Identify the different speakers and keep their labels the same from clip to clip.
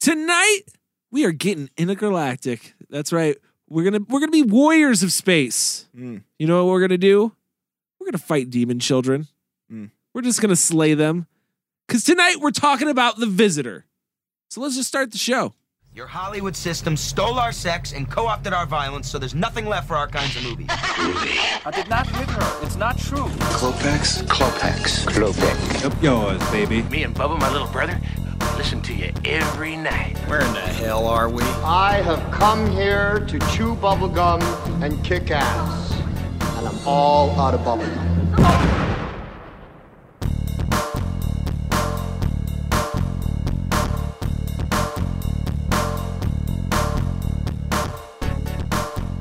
Speaker 1: Tonight we are getting intergalactic. That's right. We're gonna we're gonna be warriors of space.
Speaker 2: Mm.
Speaker 1: You know what we're gonna do? We're gonna fight demon children.
Speaker 2: Mm.
Speaker 1: We're just gonna slay them. Cause tonight we're talking about the visitor. So let's just start the show.
Speaker 3: Your Hollywood system stole our sex and co-opted our violence, so there's nothing left for our kinds of movies.
Speaker 4: I did not hit her. It's not true.
Speaker 5: Clopex? Clopex. Clopex.
Speaker 2: Up yours, baby.
Speaker 6: Me and Bubba, my little brother, we listen to you every night.
Speaker 2: Where in the hell are we?
Speaker 7: I have come here to chew bubblegum and kick ass. And I'm all out of bubblegum.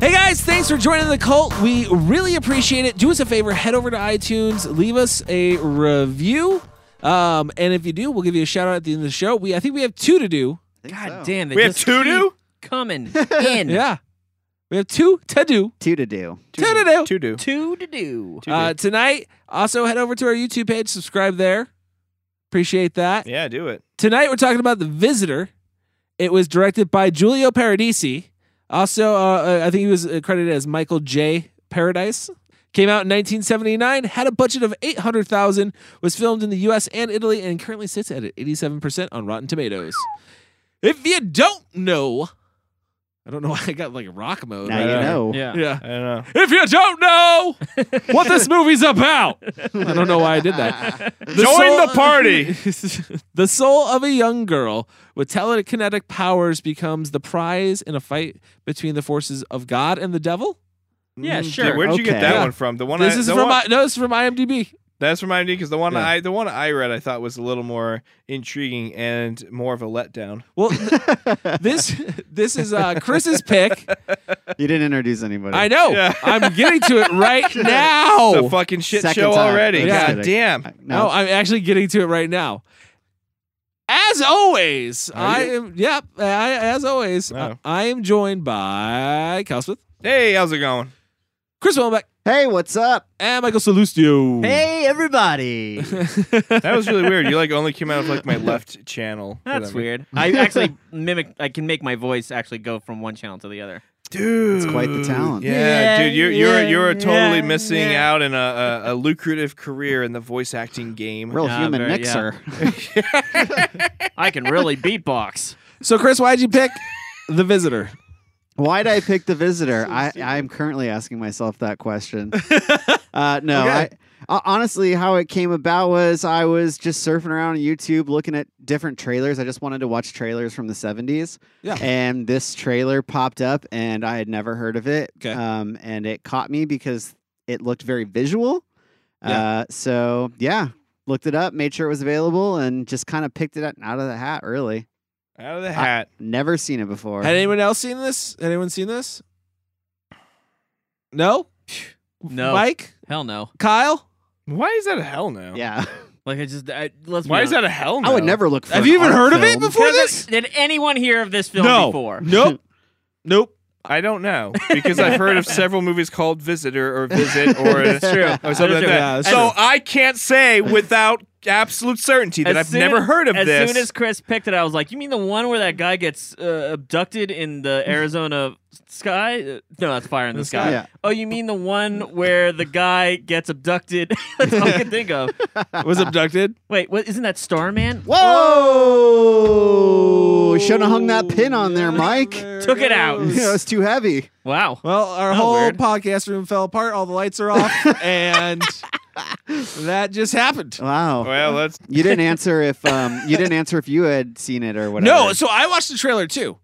Speaker 1: Hey guys, thanks for joining the cult. We really appreciate it. Do us a favor, head over to iTunes, leave us a review. Um, and if you do, we'll give you a shout out at the end of the show. We I think we have two to do.
Speaker 8: God damn, they
Speaker 2: We have
Speaker 8: just
Speaker 2: two
Speaker 8: keep
Speaker 2: new?
Speaker 8: coming in.
Speaker 1: Yeah. We have two to do.
Speaker 9: Two to do.
Speaker 1: Two to do.
Speaker 2: To do.
Speaker 8: Two to do.
Speaker 1: Uh, tonight, also head over to our YouTube page, subscribe there. Appreciate that.
Speaker 2: Yeah, do it.
Speaker 1: Tonight, we're talking about The Visitor. It was directed by Giulio Paradisi. Also, uh, I think he was credited as Michael J. Paradise. Came out in 1979, had a budget of 800,000, was filmed in the US and Italy, and currently sits at 87% on Rotten Tomatoes. If you don't know, I don't know why I got like rock mode. Uh,
Speaker 9: Now you know.
Speaker 8: Yeah.
Speaker 1: Yeah.
Speaker 2: I don't know.
Speaker 1: If you don't know what this movie's about, I don't know why I did that. The
Speaker 2: Join the party.
Speaker 1: the soul of a young girl with telekinetic powers becomes the prize in a fight between the forces of God and the devil.
Speaker 8: Yeah, sure.
Speaker 2: Dude, Mm, where'd you get
Speaker 9: Okay.
Speaker 2: that
Speaker 1: Yeah.
Speaker 2: one from? The one
Speaker 1: this
Speaker 2: I,
Speaker 1: is
Speaker 2: the
Speaker 1: from
Speaker 2: one-
Speaker 1: I, no, this is from IMDb.
Speaker 2: That's from IMDb because the one
Speaker 1: Yeah.
Speaker 2: I the one I read I thought was a little more intriguing and more of a letdown.
Speaker 1: Well, th- this this is uh, Chris's pick.
Speaker 9: You didn't introduce anybody.
Speaker 1: I know.
Speaker 2: Yeah.
Speaker 1: I'm getting to it right
Speaker 2: It's
Speaker 1: now.
Speaker 2: a fucking shit
Speaker 9: Oh, Second
Speaker 2: show
Speaker 9: time.
Speaker 2: already.
Speaker 9: I'm
Speaker 1: Yeah.
Speaker 2: God
Speaker 9: kidding.
Speaker 2: damn.
Speaker 9: I-
Speaker 1: No,
Speaker 9: No.
Speaker 1: I'm actually getting to it right now. As always, I am. Yep. I, as always, I-
Speaker 2: Oh.
Speaker 1: I, am joined by Kyle Smith,
Speaker 2: Hey, how's it going?
Speaker 1: Chris Welbeck,
Speaker 9: hey, what's up?
Speaker 1: and Michael Salustio.
Speaker 9: Hey, everybody.
Speaker 2: That was really weird. You like only came out of like my left channel. for
Speaker 8: That's
Speaker 2: that.
Speaker 8: weird. I actually mimic. I can make my voice actually go from one channel to the other.
Speaker 2: dude.
Speaker 9: It's quite the talent.
Speaker 2: Yeah,
Speaker 8: Yeah,
Speaker 2: dude, you're you're
Speaker 8: yeah,
Speaker 2: you're totally
Speaker 8: yeah,
Speaker 2: missing
Speaker 8: yeah.
Speaker 2: out in a, a, a lucrative career in the voice acting game.
Speaker 9: Real
Speaker 8: Nah,
Speaker 9: human
Speaker 8: very- yeah.
Speaker 9: mixer.
Speaker 8: I can really beatbox.
Speaker 1: So, Chris, why'd you pick The Visitor?
Speaker 9: Why'd I pick the visitor? I, I'm currently asking myself that question. uh, no, I, uh, honestly, how it came about was I was just surfing around on YouTube looking at different trailers. I just wanted to watch trailers from the 70s.
Speaker 1: Yeah.
Speaker 9: And this trailer popped up, and I had never heard of it.
Speaker 1: Okay.
Speaker 9: Um, and it caught me because it looked very visual.
Speaker 1: Yeah.
Speaker 9: Uh, so, yeah, looked it up, made sure it was available, and just kind of picked it up out of the hat, really.
Speaker 2: Out of the hat.
Speaker 9: Never seen it before.
Speaker 1: Had anyone else seen this? Anyone seen this? No.
Speaker 8: No.
Speaker 1: Mike,
Speaker 8: Hell no.
Speaker 1: Kyle,
Speaker 2: Why is that a hell now?
Speaker 9: yeah.
Speaker 8: Like I just. I, let's.
Speaker 2: Why
Speaker 8: be
Speaker 2: is that
Speaker 8: honest.
Speaker 2: a hell now?
Speaker 9: I would never look for
Speaker 1: have
Speaker 9: an
Speaker 1: you even heard
Speaker 9: art
Speaker 1: of it
Speaker 9: film.
Speaker 1: before
Speaker 8: Did-
Speaker 1: this?
Speaker 8: Did anyone hear of this film
Speaker 1: no.
Speaker 8: before?
Speaker 1: Nope. nope.
Speaker 2: I don't know because I've heard of several movies called Visitor or Visit or, or something like
Speaker 1: true. Yeah,
Speaker 2: that.
Speaker 1: that's
Speaker 2: so I can't say without absolute certainty that
Speaker 8: As
Speaker 2: I've
Speaker 8: soon
Speaker 2: never
Speaker 8: as-
Speaker 2: heard of
Speaker 8: as
Speaker 2: this.
Speaker 8: soon as Chris picked it, I was like, "You mean the one where that guy gets uh, abducted in the Arizona sky? Uh, no, that's fire in the sky.
Speaker 9: Yeah.
Speaker 8: Oh, you mean the one where the guy gets abducted? that's all I can think of.
Speaker 1: Was abducted.
Speaker 8: Wait, what? Isn't that Starman?
Speaker 9: Whoa! Oh, Shouldn't have hung that pin on there, Mike.
Speaker 1: There
Speaker 8: Took it out.
Speaker 1: goes.
Speaker 9: Yeah, it's too heavy.
Speaker 8: Wow.
Speaker 1: Well, our
Speaker 8: Oh,
Speaker 1: whole
Speaker 8: weird.
Speaker 1: podcast room fell apart. All the lights are off, and that just happened.
Speaker 9: Wow.
Speaker 2: well, that's
Speaker 9: You didn't answer if um you didn't answer if you had seen it or whatever.
Speaker 1: No, so I watched the trailer too.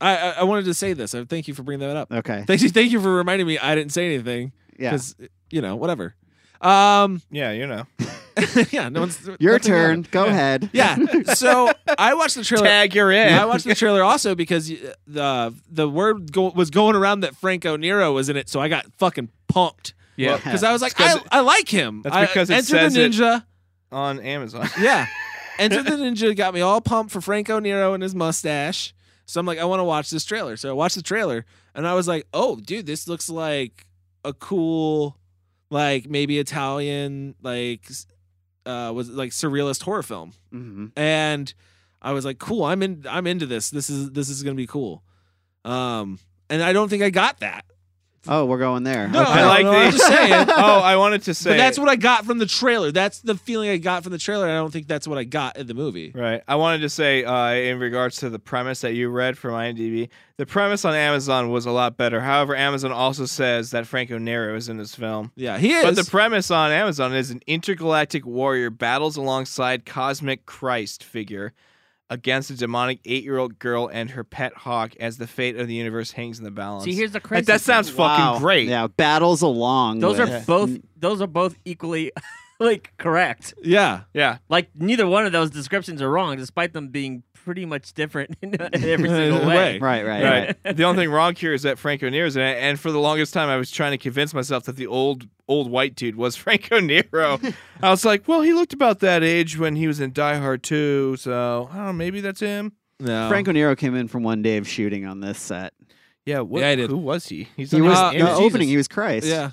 Speaker 1: I, I I wanted to say this. I thank you for bringing that up.
Speaker 9: okay.
Speaker 1: Thank you, thank you for reminding me. I didn't say anything
Speaker 9: Yeah.
Speaker 1: because you know whatever. Um,
Speaker 2: yeah, you know.
Speaker 1: yeah, no one's
Speaker 9: Your
Speaker 1: nothing
Speaker 9: turn.
Speaker 1: happened.
Speaker 9: Go ahead.
Speaker 1: Yeah, so I watched the trailer.
Speaker 2: Tag your in.
Speaker 1: I watched the trailer also because uh, the the word go- was going around that Franco Nero was in it, so I got fucking pumped.
Speaker 2: Yeah.
Speaker 1: because I was like,
Speaker 2: It's
Speaker 1: I,
Speaker 2: 'cause
Speaker 1: I like him.
Speaker 2: That's
Speaker 1: I-
Speaker 2: because it
Speaker 1: Enter
Speaker 2: says
Speaker 1: the
Speaker 2: it-
Speaker 1: Ninja.
Speaker 2: on Amazon.
Speaker 1: Yeah. Enter the Ninja got me all pumped for Franco Nero and his mustache. So I'm like, I want to watch this trailer. So I watched the trailer and I was like, oh, dude, this looks like a cool, like maybe Italian, like, s- uh, was it like surrealist horror film.
Speaker 9: Mhm.
Speaker 1: And I was like, cool, I'm in I'm into this. This is this is gonna be cool. Um and I don't think I got that.
Speaker 9: Oh, we're going there.
Speaker 1: No,
Speaker 9: okay.
Speaker 1: I like no, I'm just saying.
Speaker 2: oh, I wanted to say
Speaker 1: But that's what I got from the trailer. That's the feeling I got from the trailer. I don't think that's what I got in the movie.
Speaker 2: Right. I wanted to say, uh, in regards to the premise that you read from IMDb, the premise on Amazon was a lot better. However, Amazon also says that Franco Nero is in this film.
Speaker 1: Yeah, he is.
Speaker 2: But the premise on Amazon is an intergalactic warrior battles alongside cosmic Christ figure against a demonic eight-year-old girl and her pet hawk as the fate of the universe hangs in the balance.
Speaker 8: See, here's the crazy.
Speaker 2: like, that
Speaker 8: thing.
Speaker 2: sounds
Speaker 9: Wow.
Speaker 2: fucking great.
Speaker 9: Yeah, battles along.
Speaker 8: Those are
Speaker 9: with-
Speaker 8: both. Those are both equally, like correct.
Speaker 1: yeah.
Speaker 2: Yeah.
Speaker 8: Like neither one of those descriptions are wrong, despite them being pretty much different in every single
Speaker 1: Way.
Speaker 8: way.
Speaker 9: Right, right, right.
Speaker 2: Right. the only thing wrong here is that Franco Nero's in it, and for the longest time, I was trying to convince myself that the old old white dude was Franco Nero. I was like, well, he looked about that age when he was in Die Hard 2, so I don't know, maybe that's him.
Speaker 1: No.
Speaker 9: Franco Nero came in from one day of shooting on this set.
Speaker 2: Yeah, what,
Speaker 1: Yeah, I did.
Speaker 2: who was he? He's
Speaker 9: He
Speaker 2: on
Speaker 9: was
Speaker 1: Uh,
Speaker 2: his
Speaker 9: the
Speaker 2: image.
Speaker 9: opening. He was Christ.
Speaker 1: Yeah.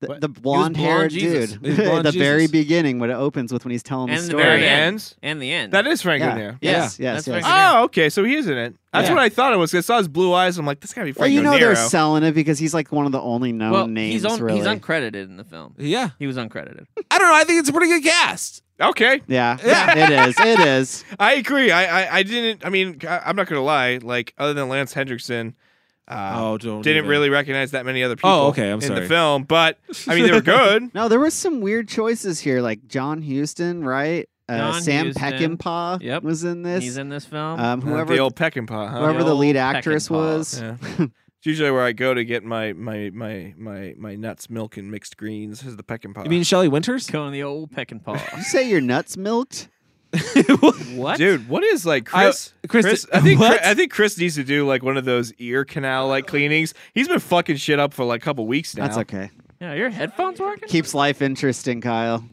Speaker 9: the,
Speaker 2: What?
Speaker 9: the blonde
Speaker 8: blonde
Speaker 9: haired
Speaker 8: Jesus.
Speaker 9: dude.
Speaker 1: He was blonde
Speaker 9: the very
Speaker 1: Jesus.
Speaker 9: beginning, what it opens with when he's telling
Speaker 8: And
Speaker 9: the
Speaker 8: the
Speaker 9: story.
Speaker 2: Very
Speaker 8: Very end.
Speaker 2: ends.
Speaker 8: And the end.
Speaker 2: That is Franco
Speaker 9: yeah.
Speaker 2: Nero.
Speaker 9: Yes,
Speaker 8: That's
Speaker 9: yes, yes.
Speaker 8: Franco
Speaker 2: Oh, okay. So he is in it. That's
Speaker 9: Yeah.
Speaker 2: what I thought it was. 'cause I saw his blue eyes. I'm like, this gotta be Franco
Speaker 9: Well, you know
Speaker 2: Nero.
Speaker 9: they're selling it because he's like one of the only known
Speaker 8: well,
Speaker 9: names.
Speaker 8: he's on,
Speaker 9: really.
Speaker 8: he's uncredited in the film.
Speaker 1: Yeah.
Speaker 8: He was uncredited.
Speaker 1: I don't know. I think it's a pretty good cast.
Speaker 2: okay,
Speaker 9: yeah, it is. It is.
Speaker 2: I agree. I, I I didn't. I mean, I, I'm not gonna lie. Like, other than Lance Hendrickson, uh,
Speaker 1: Oh, don't
Speaker 2: didn't
Speaker 1: even.
Speaker 2: really recognize that many other people.
Speaker 1: Oh, okay, I'm
Speaker 2: in
Speaker 1: sorry.
Speaker 2: the film, but I mean they were good.
Speaker 9: No, there was some weird choices here, like John Houston, right? Uh,
Speaker 8: John
Speaker 9: Sam
Speaker 8: Huston.
Speaker 9: Peckinpah
Speaker 8: Yep.
Speaker 9: was in this.
Speaker 8: He's in this film.
Speaker 9: um, whoever
Speaker 2: Uh, the old Peckinpah, huh?
Speaker 9: whoever
Speaker 8: The
Speaker 9: the lead
Speaker 8: old
Speaker 9: actress
Speaker 8: Peckinpah.
Speaker 9: was.
Speaker 2: Yeah. It's usually where I go to get my my my my my nuts, milk, and mixed greens. Is the Peckinpah?
Speaker 1: You mean Shelley Winters?
Speaker 8: Going the old peck and paw.
Speaker 9: You say your nuts milked?
Speaker 8: what?
Speaker 2: Dude, what is like
Speaker 1: I-
Speaker 2: Chris?
Speaker 1: Chris-
Speaker 2: I think
Speaker 1: what?
Speaker 2: Chris, I think Chris needs to do like one of those ear canal like cleanings. He's been fucking shit up for like a couple weeks now.
Speaker 9: That's okay.
Speaker 8: Yeah, your headphones working?
Speaker 9: Keeps life interesting, Kyle.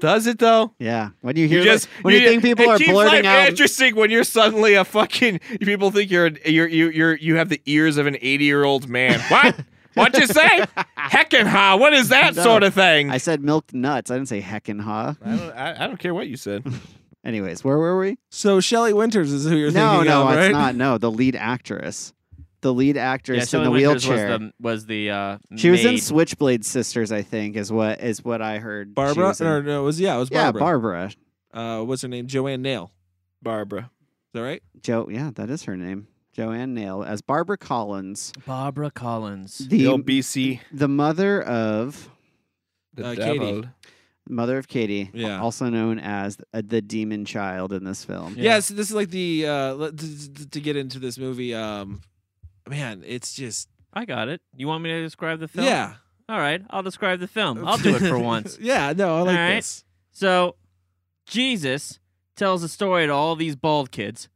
Speaker 2: Does it though?
Speaker 9: Yeah. When you hear
Speaker 2: You just
Speaker 9: when you, think people
Speaker 2: it
Speaker 9: are
Speaker 2: keeps life
Speaker 9: blurting out
Speaker 2: Interesting when you're suddenly a fucking people think you're an- you're you you're you have the ears of an 80 year old man. What? What'd you say? Heckin' ha! What is that
Speaker 9: No.
Speaker 2: sort of thing?
Speaker 9: I said milked nuts. I didn't say heckin' ha.
Speaker 2: I don't, I, I don't care what you said.
Speaker 9: Anyways, where were we?
Speaker 1: So Shelley Winters is who you're
Speaker 9: no,
Speaker 1: thinking
Speaker 9: no,
Speaker 1: of, right?
Speaker 9: it's not. No, the lead actress. The lead
Speaker 8: Yeah,
Speaker 9: actress in
Speaker 8: Shelley
Speaker 9: the
Speaker 8: Winters
Speaker 9: wheelchair.
Speaker 8: was the was the uh,
Speaker 9: she was in
Speaker 8: maid.
Speaker 9: Switchblade Sisters, I think, is what is what I heard. she
Speaker 1: Barbara?
Speaker 9: was in.
Speaker 1: Or no, it was yeah, it was
Speaker 9: Yeah,
Speaker 1: Barbara.
Speaker 9: Barbara.
Speaker 1: Uh, what's her name? Joanne Nail.
Speaker 2: Barbara.
Speaker 1: Is that right?
Speaker 9: Joe yeah, that is her name. Joanne Nail as Barbara Collins.
Speaker 8: Barbara Collins.
Speaker 2: The
Speaker 9: The
Speaker 2: old BC.
Speaker 9: the mother of
Speaker 2: The
Speaker 1: Uh, Katie.
Speaker 2: devil.
Speaker 9: mother of Katie,
Speaker 1: Yeah.
Speaker 9: also known as uh, the demon child in this film.
Speaker 1: Yeah. so this is like the uh, let- to, to- to get into this movie. Um, man, it's just
Speaker 8: I got it. You want me to describe the film?
Speaker 1: yeah.
Speaker 8: All right, I'll describe the film. I'll do it for once.
Speaker 1: yeah, no, I like
Speaker 8: All right.
Speaker 1: this.
Speaker 8: So, Jesus tells a story to all these bald kids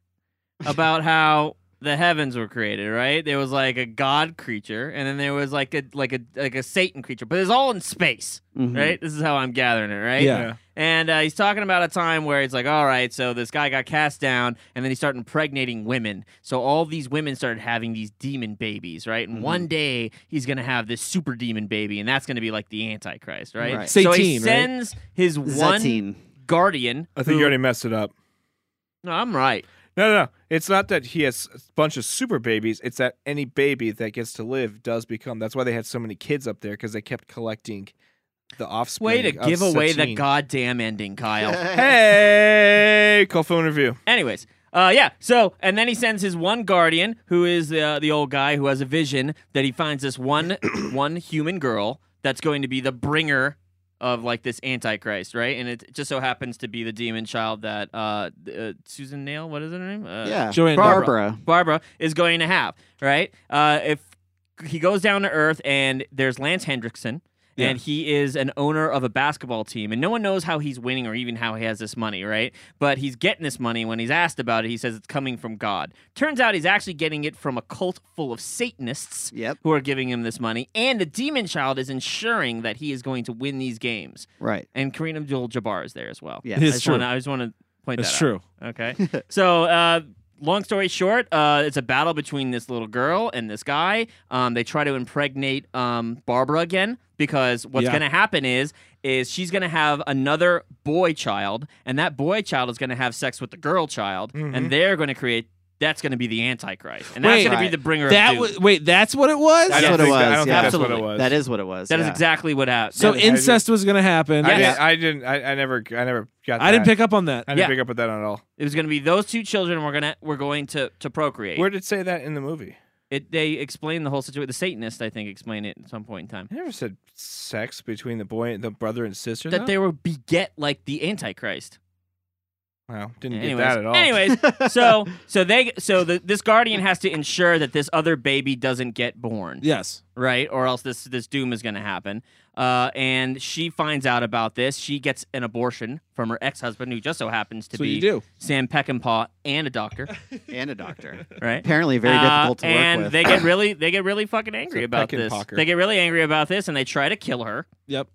Speaker 8: about how the heavens were created, right? There was like a god creature and then there was like a like a like a satan creature, but it's all in space,
Speaker 9: Mhm.
Speaker 8: right? This is how I'm gathering it, right?
Speaker 1: Mm. Yeah.
Speaker 8: And uh, he's talking about a time where it's like, all right, so this guy got cast down, and then he started impregnating women. So all these women started having these demon babies, right? And one day he's gonna have this super demon baby, and that's gonna be like the Antichrist, right?
Speaker 9: Right.
Speaker 8: so
Speaker 1: Satine,
Speaker 8: he
Speaker 1: right?
Speaker 8: sends his one
Speaker 9: Zatine.
Speaker 8: guardian.
Speaker 2: I think
Speaker 8: who-
Speaker 2: you already messed it up.
Speaker 8: No, I'm right.
Speaker 2: No, no, no. It's not that he has a bunch of super babies. It's that any baby that gets to live does become. That's why they had so many kids up there because they kept collecting the
Speaker 8: Way
Speaker 2: offspring.
Speaker 8: to
Speaker 2: of
Speaker 8: give away the
Speaker 2: Satine.
Speaker 8: goddamn ending, Kyle.
Speaker 2: Hey, call phone review.
Speaker 8: Anyways, uh, yeah. So, and then he sends his one guardian, who is uh, the old guy who has a vision that he finds this one one human girl that's going to be the bringer of like this antichrist, right? And it just so happens to be the demon child that uh, uh, Susan Nail, what is her name? Uh,
Speaker 9: yeah.
Speaker 1: Joanne Nail.
Speaker 9: Barbara.
Speaker 8: Barbara is going to have, right? Uh, if he goes down to Earth and there's Lance Hendrickson, and he is an owner of a basketball team, and no one knows how he's winning or even how he has this money, right? But he's getting this money. When he's asked about it, he says it's coming from God. Turns out he's actually getting it from a cult full of Satanists
Speaker 9: Yep.
Speaker 8: who are giving him this money, and the demon child is ensuring that he is going to win these games.
Speaker 9: Right.
Speaker 8: And Kareem Abdul Jabbar is there as well.
Speaker 9: Yeah.
Speaker 8: I
Speaker 1: It's
Speaker 8: just
Speaker 1: true.
Speaker 8: Wanna, I just want to point
Speaker 1: It's
Speaker 8: that out.
Speaker 1: true.
Speaker 8: Okay. so uh, long story short, uh, it's a battle between this little girl and this guy. Um, they try to impregnate um, Barbara again because what's
Speaker 1: Yeah.
Speaker 8: going to happen is is she's going to have another boy child, and that boy child is going to have sex with the girl child, and they're going to create. That's going to be the Antichrist, and that's
Speaker 1: Mm-hmm. Wait.
Speaker 8: going to be
Speaker 9: Right.
Speaker 8: the bringer
Speaker 1: That
Speaker 8: of doom.
Speaker 1: was wait. That's what it was.
Speaker 2: I
Speaker 9: That's
Speaker 2: don't
Speaker 9: what it
Speaker 2: think that- I
Speaker 9: was,
Speaker 2: don't
Speaker 9: yeah.
Speaker 2: think that's what it
Speaker 8: Absolutely.
Speaker 2: was.
Speaker 9: That is what it was.
Speaker 8: That is
Speaker 9: yeah.
Speaker 8: exactly what happened.
Speaker 1: So
Speaker 2: Yeah,
Speaker 1: incest was going to happen.
Speaker 2: I
Speaker 8: Yes.
Speaker 2: didn't. I didn't. I, I never. I never got.
Speaker 1: I didn't
Speaker 2: that.
Speaker 1: pick up on that.
Speaker 2: I didn't
Speaker 8: Yeah.
Speaker 2: pick up with that at all.
Speaker 8: it was going to be those two children. We're gonna we're going to to procreate.
Speaker 2: Where did it say that in the movie?
Speaker 8: It, they explained the whole situation. The Satanist, I think, explained it at some point in time.
Speaker 2: I never said sex between the boy, the brother and sister.
Speaker 8: that
Speaker 2: though?
Speaker 8: they were beget like the Antichrist.
Speaker 2: Wow, didn't
Speaker 8: Anyways,
Speaker 2: get that at all.
Speaker 8: anyways, so so they so the, this guardian has to ensure that this other baby doesn't get born,
Speaker 1: Yes.
Speaker 8: right? Or else this this doom is going to happen. Uh, and she finds out about this. She gets an abortion from her ex husband, who just so happens to
Speaker 1: That's what
Speaker 8: be
Speaker 1: you do.
Speaker 8: Sam Peckinpah and a doctor,
Speaker 9: And a doctor.
Speaker 8: right?
Speaker 9: Apparently, very
Speaker 8: Uh,
Speaker 9: difficult to work
Speaker 8: and
Speaker 9: with.
Speaker 8: they get really they get really fucking angry
Speaker 2: It's a
Speaker 8: about this.
Speaker 2: Peckinpocker.
Speaker 8: They get really angry about this, and they try to kill her,
Speaker 1: Yep.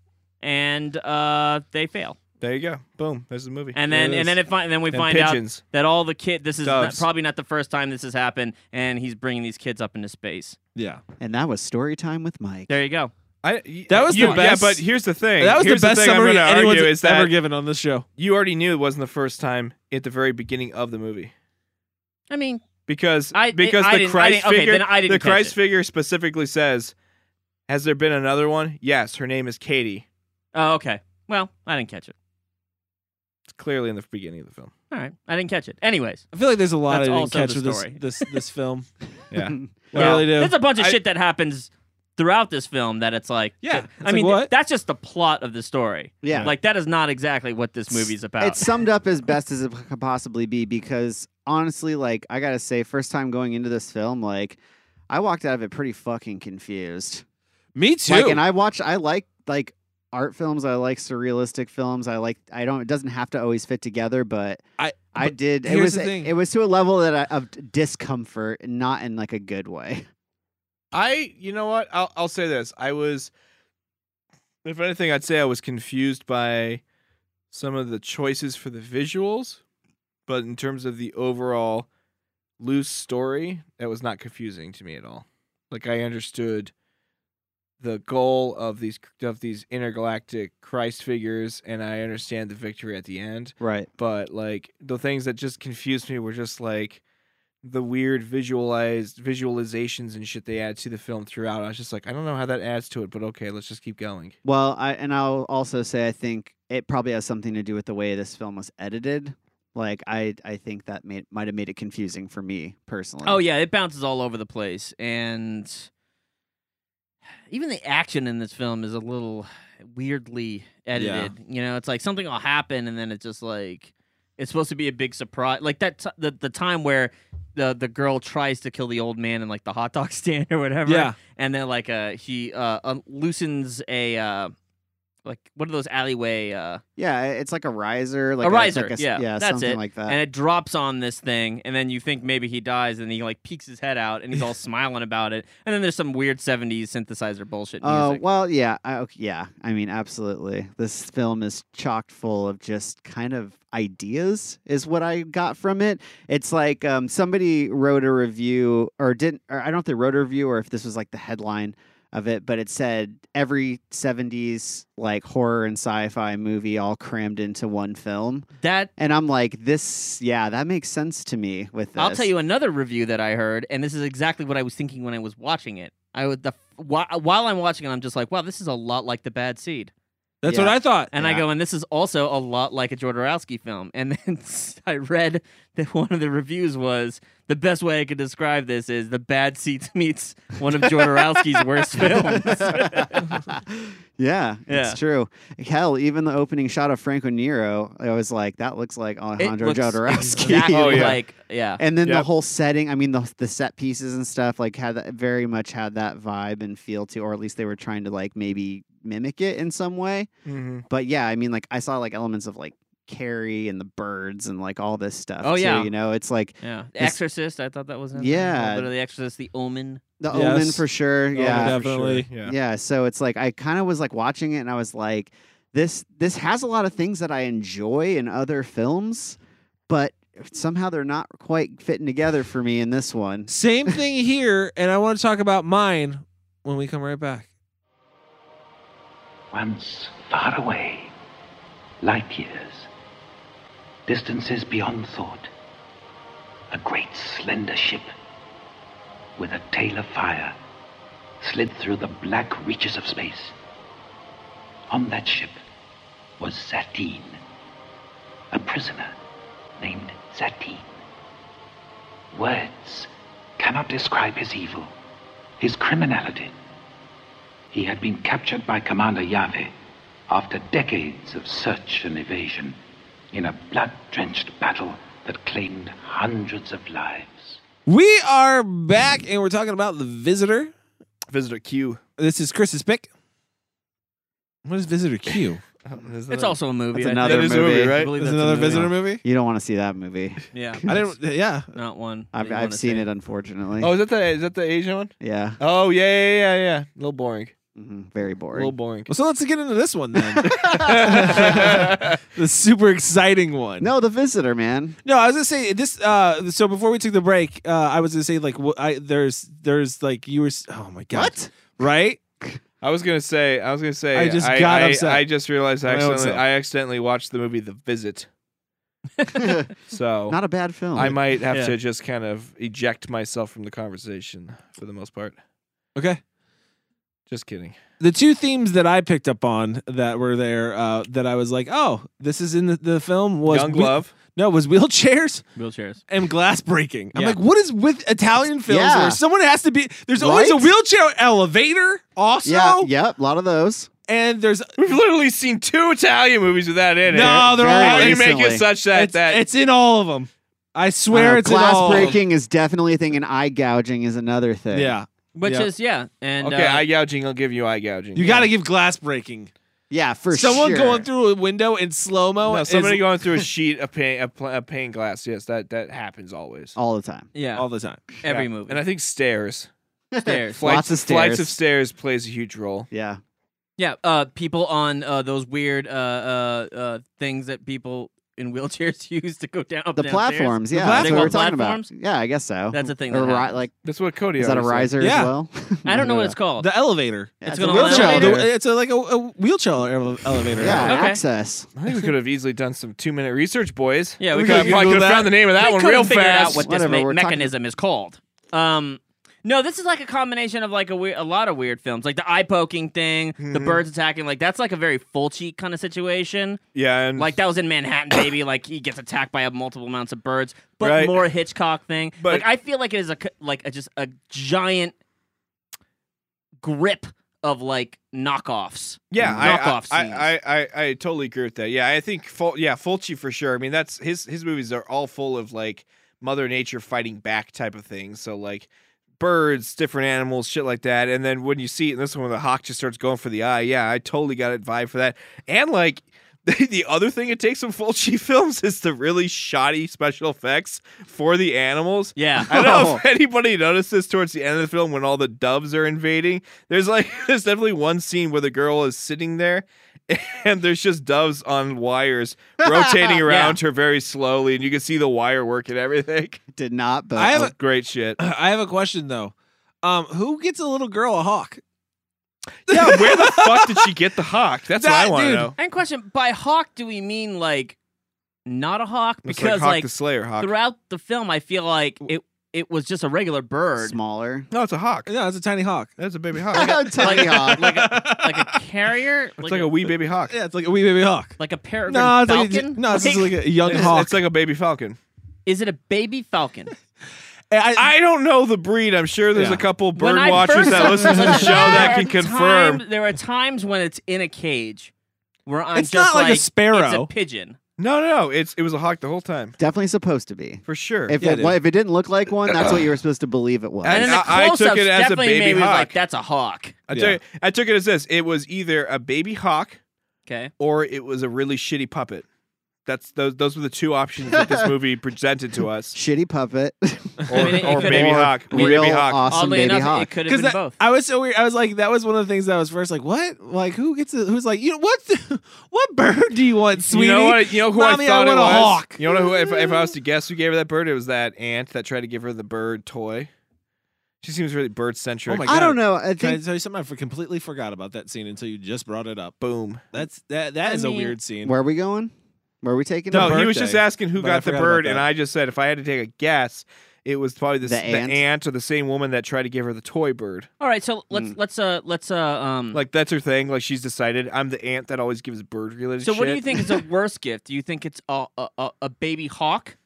Speaker 8: and uh, they fail.
Speaker 2: there you go. Boom. There's the movie.
Speaker 8: And then
Speaker 1: Yes.
Speaker 8: and then it fi- and then we
Speaker 2: And
Speaker 8: find
Speaker 2: pigeons.
Speaker 8: out that all the kid this is not,
Speaker 2: Doves.
Speaker 8: probably not the first time this has happened and he's bringing these kids up into space.
Speaker 1: Yeah.
Speaker 9: and that was story time with Mike.
Speaker 8: There you go.
Speaker 2: I, y-
Speaker 1: That was the
Speaker 2: you,
Speaker 1: best-
Speaker 2: Yeah, but here's the thing.
Speaker 1: That was
Speaker 2: here's
Speaker 1: the best
Speaker 2: thing I'm
Speaker 1: summary
Speaker 2: gonna
Speaker 1: anyone's
Speaker 2: argue is
Speaker 1: ever
Speaker 2: that
Speaker 1: given on this show.
Speaker 2: you already knew it wasn't the first time at the very beginning of the movie
Speaker 8: I mean,
Speaker 2: because
Speaker 8: I-
Speaker 2: because
Speaker 8: I
Speaker 2: the
Speaker 8: didn't- I
Speaker 2: Christ
Speaker 8: didn't- okay,
Speaker 2: figure
Speaker 8: then I didn't
Speaker 2: the
Speaker 8: catch
Speaker 2: Christ
Speaker 8: it.
Speaker 2: figure specifically says, "Has there been another one?" Yes. Her name is Katie.
Speaker 8: oh okay. Well, I didn't catch it.
Speaker 2: It's clearly in the beginning of the film.
Speaker 8: All right. I didn't catch it. Anyways.
Speaker 1: I feel like there's a lot
Speaker 8: That's
Speaker 1: I didn't
Speaker 8: also
Speaker 1: catch
Speaker 8: the
Speaker 1: with this
Speaker 8: story.
Speaker 1: this this film.
Speaker 2: Yeah.
Speaker 1: I really do.
Speaker 8: There's a bunch of
Speaker 2: I-
Speaker 8: shit that happens throughout this film that it's like
Speaker 1: Yeah,
Speaker 8: th-
Speaker 1: it's
Speaker 8: I
Speaker 1: like,
Speaker 8: mean
Speaker 1: what?
Speaker 8: th- that's just the plot of the story.
Speaker 9: Yeah.
Speaker 8: Like that is not exactly what this movie's about.
Speaker 9: It's summed up as best as it could possibly be because honestly, like I gotta say, first time going into this film, like I walked out of it pretty fucking confused.
Speaker 1: Me too.
Speaker 9: Like, and I watch, I like like art films. I like surrealistic films. I like. I don't. It doesn't have to always fit together, but
Speaker 1: I-
Speaker 9: I
Speaker 1: but
Speaker 9: did. It
Speaker 1: here's
Speaker 9: was.
Speaker 1: the thing.
Speaker 9: It was to a level that I, of discomfort, not in like a good way.
Speaker 2: I, you know what? I'll, I'll say this. I was, if anything, I'd say I was confused by some of the choices for the visuals, but in terms of the overall loose story, that was not confusing to me at all. Like I understood the goal of these of these intergalactic Christ figures, and I understand the victory at the end
Speaker 9: Right.
Speaker 2: but like the things that just confused me were just like the weird visualized visualizations and shit they add to the film throughout. I was just like, I don't know how that adds to it, but okay, let's just keep going.
Speaker 9: Well, I and I'll also say I think it probably has something to do with the way this film was edited. Like I, I think that made might have made it confusing for me personally.
Speaker 8: Oh yeah, it bounces all over the place, and even the action in this film is a little weirdly edited. You know, it's like something will happen, and then it's just like it's supposed to be a big surprise. Like that t- the the time where the the girl tries to kill the old man in like the hot dog stand or whatever.
Speaker 1: Yeah.
Speaker 8: and then like uh he uh un- loosens a uh like one of those alleyway uh
Speaker 9: yeah. It's like a riser, like
Speaker 8: a riser,
Speaker 9: like a s-
Speaker 8: yeah, that's
Speaker 9: something
Speaker 8: it.
Speaker 9: like that.
Speaker 8: And it drops on this thing, and then you think maybe he dies, and he like peeks his head out, and he's all smiling about it. And then there's some weird '70s synthesizer bullshit.
Speaker 9: Oh
Speaker 8: music.
Speaker 9: well, yeah, I, ok- yeah. I mean, absolutely. This film is chocked full of just kind of ideas, is what I got from it. It's like um, somebody wrote a review, or didn't, or I don't know if they wrote a review, or if this was like the headline of it, but it said every '70s like horror and sci-fi movie all crammed into one film,
Speaker 8: that
Speaker 9: and I'm like, this, yeah, that makes sense to me. With this.
Speaker 8: I'll tell you another review that I heard, and this is exactly what I was thinking when I was watching it. I would the while, while I'm watching it, I'm just like, wow, this is a lot like The Bad Seed,
Speaker 1: That's
Speaker 9: Yeah.
Speaker 1: what I thought.
Speaker 8: and I
Speaker 9: Yeah.
Speaker 8: go, and this is also a lot like a Jodorowsky film. And then I read that one of the reviews was. The best way I could describe this is the bad seeds meets one of Jodorowsky's worst films. Yeah.
Speaker 9: yeah, it's true. Hell, even the opening shot of Franco Nero, I was like, that looks like Alejandro Jodorowsky.
Speaker 8: Exactly
Speaker 2: Oh, yeah.
Speaker 8: like yeah.
Speaker 9: And then the
Speaker 2: Yep.
Speaker 9: whole setting, I mean, the, the set pieces and stuff, like, had that very much had that vibe and feel to, or at least they were trying to, like, maybe mimic it in some way.
Speaker 2: Mm-hmm.
Speaker 9: But yeah, I mean, like, I saw, like, elements of, like, Carrie and the birds and, like, all this stuff.
Speaker 8: Oh,
Speaker 9: too,
Speaker 8: yeah.
Speaker 9: You know, it's like
Speaker 8: yeah. The
Speaker 9: This-
Speaker 8: Exorcist, I thought that was in
Speaker 9: Yeah.
Speaker 8: But the Exorcist, the Omen.
Speaker 9: the
Speaker 1: Yes.
Speaker 9: omen for
Speaker 8: Oh,
Speaker 9: sure. Yeah.
Speaker 1: definitely.
Speaker 2: Yeah.
Speaker 9: yeah so it's like i kind of was like watching it and i was like this this has a lot of things that i enjoy in other films but somehow they're not quite fitting together for me in this one.
Speaker 1: Same thing here, and I want to talk about mine when we come right back.
Speaker 6: Once far away, light years, distances beyond thought, a great slender ship with a tail of fire slid through the black reaches of space. On that ship was Satine, a prisoner named Satine. Words cannot describe his evil, his criminality. He had been captured by Commander Yave after decades of search and evasion in a blood drenched battle that claimed hundreds of lives.
Speaker 1: We are back, and we're talking about the visitor.
Speaker 2: Visitor Q.
Speaker 1: This is Chris's pick. What is Visitor Q?
Speaker 8: It's also a movie.
Speaker 9: That's
Speaker 8: I
Speaker 9: another
Speaker 8: think.
Speaker 2: That is a movie,
Speaker 9: movie.
Speaker 8: I
Speaker 2: right?
Speaker 8: believe
Speaker 1: It's
Speaker 8: that's a
Speaker 1: another
Speaker 8: movie.
Speaker 1: visitor movie.
Speaker 9: You don't want to see that movie.
Speaker 8: Yeah,
Speaker 1: I didn't. Yeah,
Speaker 8: not one. that
Speaker 9: I've,
Speaker 8: you
Speaker 9: I've
Speaker 8: wanna
Speaker 9: seen
Speaker 8: see.
Speaker 9: it, unfortunately.
Speaker 2: Oh, is that the is that the Asian one?
Speaker 9: yeah.
Speaker 2: Oh yeah, yeah, yeah, yeah. A little boring.
Speaker 9: hmm Very
Speaker 2: A little
Speaker 9: boring.
Speaker 2: boring.
Speaker 1: Well, so let's get into this one then. the super exciting one.
Speaker 9: No, The Visitor, man.
Speaker 1: no, I was gonna say this. Uh, so before we took the break, uh, I was gonna say like, wh- I there's there's like you were. s- Oh my god,
Speaker 9: What?
Speaker 1: Right?
Speaker 2: I was gonna say, I was gonna say,
Speaker 1: I just got upset.
Speaker 2: I just realized I
Speaker 1: My own
Speaker 2: accidentally,
Speaker 1: self.
Speaker 2: I accidentally watched the movie The Visit,
Speaker 9: Not
Speaker 2: so
Speaker 9: a bad film.
Speaker 2: Oh. I might have
Speaker 8: Yeah.
Speaker 2: to just kind of eject myself from the conversation for the most part.
Speaker 1: Okay.
Speaker 2: Just kidding.
Speaker 1: The two themes that I picked up on that were there uh, that I was like, oh, this is in the, the film was
Speaker 2: Young
Speaker 1: wheel-
Speaker 2: Glove.
Speaker 1: no, was wheelchairs
Speaker 8: Wheelchairs.
Speaker 1: and glass breaking. I'm
Speaker 8: Yeah.
Speaker 1: like, what is with Italian films
Speaker 9: Yeah.
Speaker 1: where someone has to be? There's always a
Speaker 9: Right?
Speaker 1: wheelchair elevator, also,
Speaker 9: yeah, yep, a lot of those.
Speaker 1: and there's
Speaker 2: We've literally seen two Italian movies with that in it.
Speaker 1: no, they're
Speaker 9: Very
Speaker 1: all
Speaker 2: How do you
Speaker 9: recently.
Speaker 2: make it such that
Speaker 1: it's,
Speaker 2: that
Speaker 1: it's in all of them. I
Speaker 9: I
Speaker 1: swear,
Speaker 9: don't know,
Speaker 1: it's in all
Speaker 9: Uh, glass
Speaker 1: of 'em.
Speaker 9: breaking is definitely a thing, and eye gouging is another thing.
Speaker 1: Yeah,
Speaker 8: Which
Speaker 1: Yeah.
Speaker 8: is yeah, and
Speaker 2: okay?
Speaker 8: uh,
Speaker 2: eye gouging. I'll give you eye gouging.
Speaker 1: you got to give glass breaking.
Speaker 9: yeah, for
Speaker 1: Someone
Speaker 9: sure.
Speaker 1: going through a window in slow mo.
Speaker 2: No, somebody going through a sheet of paint, a, pl- a pane glass. Yes, that that happens always.
Speaker 9: all the time.
Speaker 8: yeah,
Speaker 1: all the time.
Speaker 8: every
Speaker 2: Yeah.
Speaker 8: movie.
Speaker 2: And I think stairs.
Speaker 8: Stairs.
Speaker 2: Flights,
Speaker 9: Lots of
Speaker 2: Flights
Speaker 9: stairs.
Speaker 2: of stairs plays a huge role.
Speaker 9: Yeah,
Speaker 8: Yeah, uh, people on uh, those weird uh, uh, uh, things that people in wheelchairs use to go down up
Speaker 9: the
Speaker 8: downstairs.
Speaker 9: platforms. Yeah,
Speaker 8: platform-
Speaker 9: that's what we're
Speaker 8: They call
Speaker 9: talking
Speaker 8: platforms?
Speaker 9: about. Yeah, I guess so.
Speaker 8: That's a thing
Speaker 9: Or
Speaker 8: that
Speaker 9: ri-
Speaker 8: happens.
Speaker 9: like,
Speaker 2: That's what Cody
Speaker 9: is that a
Speaker 2: always said.
Speaker 9: riser
Speaker 1: Yeah.
Speaker 9: as well?
Speaker 8: I don't know what it's called.
Speaker 1: The elevator.
Speaker 9: Yeah,
Speaker 8: It's
Speaker 9: a
Speaker 8: an
Speaker 1: Wheelchair.
Speaker 8: elevator.
Speaker 1: The- It's a, like a, a wheelchair ele- elevator.
Speaker 9: Yeah,
Speaker 8: Okay.
Speaker 9: access.
Speaker 2: I think we could have easily done some two minute research, boys.
Speaker 8: Yeah, we
Speaker 2: could have
Speaker 8: could've
Speaker 2: probably
Speaker 1: Googled
Speaker 2: could have
Speaker 1: that.
Speaker 2: found the name of that
Speaker 8: We
Speaker 2: one
Speaker 8: couldn't
Speaker 2: real
Speaker 8: figure
Speaker 2: fast.
Speaker 8: out what
Speaker 9: Whatever,
Speaker 8: this me-
Speaker 9: we're talking-
Speaker 8: mechanism is called. Um, no, this is like a combination of like a we- a lot of weird films, like the eye poking thing,
Speaker 2: Mm-hmm.
Speaker 8: the birds attacking. Like that's like a very Fulci kind of situation.
Speaker 2: yeah, and
Speaker 8: Like that was in Manhattan, baby. Like he gets attacked by multiple amounts of birds, but
Speaker 2: Right.
Speaker 8: more Hitchcock thing.
Speaker 2: But-
Speaker 8: like I feel like it is a c- like a, just a giant grip of like knockoffs.
Speaker 2: yeah,
Speaker 8: Mm, knockoff
Speaker 2: I,
Speaker 8: scenes.
Speaker 2: I, I, I, I totally agree with that. Yeah, I think Ful- yeah Fulci for sure. I mean, that's his his movies are all full of like Mother Nature fighting back type of things. So like birds, different animals, shit like that. And then when you see it in this one, where the hawk just starts going for the eye. Yeah, I totally got it vibe for that. And like. The other thing it takes from Fulci films is the really shoddy special effects for the animals.
Speaker 8: yeah,
Speaker 2: I don't know if anybody noticed this towards the end of the film when all the doves are invading. There's like there's definitely one scene where the girl is sitting there and there's just doves on wires rotating around her very slowly and you can see the wire work and everything.
Speaker 9: Did not, but
Speaker 1: I have a-
Speaker 2: Great shit.
Speaker 1: I have a question though. Um, who gets a little girl a hawk?
Speaker 2: Yeah, where the fuck did she get the hawk? That's
Speaker 1: That-
Speaker 2: what I want to
Speaker 1: dude,
Speaker 2: know.
Speaker 8: And question by hawk, do we mean like not a hawk?
Speaker 2: It's
Speaker 8: Because
Speaker 2: like Hawk
Speaker 8: like,
Speaker 2: the Slayer hawk.
Speaker 8: throughout the film, I feel like it it was just a regular bird,
Speaker 9: smaller.
Speaker 2: no, it's a hawk.
Speaker 1: No, it's a tiny hawk.
Speaker 2: That's a baby hawk.
Speaker 9: Tiny hawk.
Speaker 8: like a like a carrier, like,
Speaker 2: it's like
Speaker 8: a,
Speaker 2: a wee baby hawk.
Speaker 1: Yeah, it's like a wee baby hawk.
Speaker 8: like a peregrine
Speaker 1: No, it's like,
Speaker 8: falcon.
Speaker 1: no, it's just
Speaker 8: Like,
Speaker 1: like a young
Speaker 2: It's,
Speaker 1: hawk.
Speaker 2: it's like a baby falcon.
Speaker 8: is it a baby falcon?
Speaker 1: I,
Speaker 2: I don't know the breed. I'm sure there's
Speaker 1: Yeah.
Speaker 2: a couple
Speaker 8: When
Speaker 2: bird
Speaker 8: I
Speaker 2: watchers
Speaker 8: first-
Speaker 2: that listen to the show that can
Speaker 8: There are
Speaker 2: confirm.
Speaker 8: times- there are times when it's in a cage where I'm
Speaker 1: It's
Speaker 8: just
Speaker 1: not like a
Speaker 8: It's
Speaker 1: sparrow.
Speaker 8: a pigeon.
Speaker 2: No, no, no. It's it was a hawk the whole time
Speaker 9: Definitely supposed to be.
Speaker 2: for sure.
Speaker 9: If
Speaker 1: Yeah,
Speaker 9: it,
Speaker 1: dude.
Speaker 9: if it didn't look like one, that's what you were supposed to believe it was.
Speaker 2: I-
Speaker 8: And then the
Speaker 2: I took
Speaker 8: close ups
Speaker 2: it as a
Speaker 8: definitely
Speaker 2: baby
Speaker 8: made me
Speaker 2: hawk.
Speaker 8: like, that's a hawk.
Speaker 2: I
Speaker 1: Yeah.
Speaker 2: took I took it as this: it was either a baby hawk
Speaker 8: Okay.
Speaker 2: or it was a really shitty puppet. That's those. Those were the two options that this movie presented to us.
Speaker 9: Shitty puppet.
Speaker 2: Or,
Speaker 8: I mean, it
Speaker 2: or
Speaker 8: could've-
Speaker 2: baby
Speaker 8: Or
Speaker 2: Hawk. Or
Speaker 9: Real
Speaker 2: baby Hawk.
Speaker 9: awesome
Speaker 8: Oddly
Speaker 9: baby
Speaker 8: enough,
Speaker 9: Hawk.
Speaker 8: it could have
Speaker 1: Because
Speaker 8: been both.
Speaker 1: I was so weird. I was like, that was one of the things that was first like, what? Like, who gets? A, who's like, you know, what? what bird do you want, sweetie?
Speaker 2: You know what? You know who
Speaker 1: Mommy,
Speaker 2: I thought
Speaker 1: I want
Speaker 2: it was.
Speaker 1: a hawk.
Speaker 2: You know who? If, if I was to guess who gave her that bird, it was that aunt that tried to give her the bird toy. She seems really bird centric.
Speaker 1: Oh my
Speaker 9: I don't know. I
Speaker 1: Can I
Speaker 9: think
Speaker 1: tell you something? I for- completely forgot about that scene until you just brought it up.
Speaker 2: Boom.
Speaker 1: That's that. That
Speaker 8: I
Speaker 1: is
Speaker 8: mean-
Speaker 1: a weird scene.
Speaker 9: where are we going? Where are we taking
Speaker 2: No,
Speaker 9: it?
Speaker 2: he was just
Speaker 1: birthday.
Speaker 2: asking who
Speaker 1: But I
Speaker 2: got the
Speaker 1: forgot about
Speaker 2: bird, and
Speaker 1: that.
Speaker 2: I just said if I had to take a guess, it was probably the,
Speaker 9: The
Speaker 2: the
Speaker 9: aunt?
Speaker 2: aunt. or the same woman that tried to give her the toy bird.
Speaker 8: All right, so let's
Speaker 9: Mm.
Speaker 8: let's uh let's uh um
Speaker 2: Like that's her thing. Like she's decided I'm the aunt that always gives bird related.
Speaker 8: So what do you think is the worst gift? Do you think it's a a, a, a baby hawk,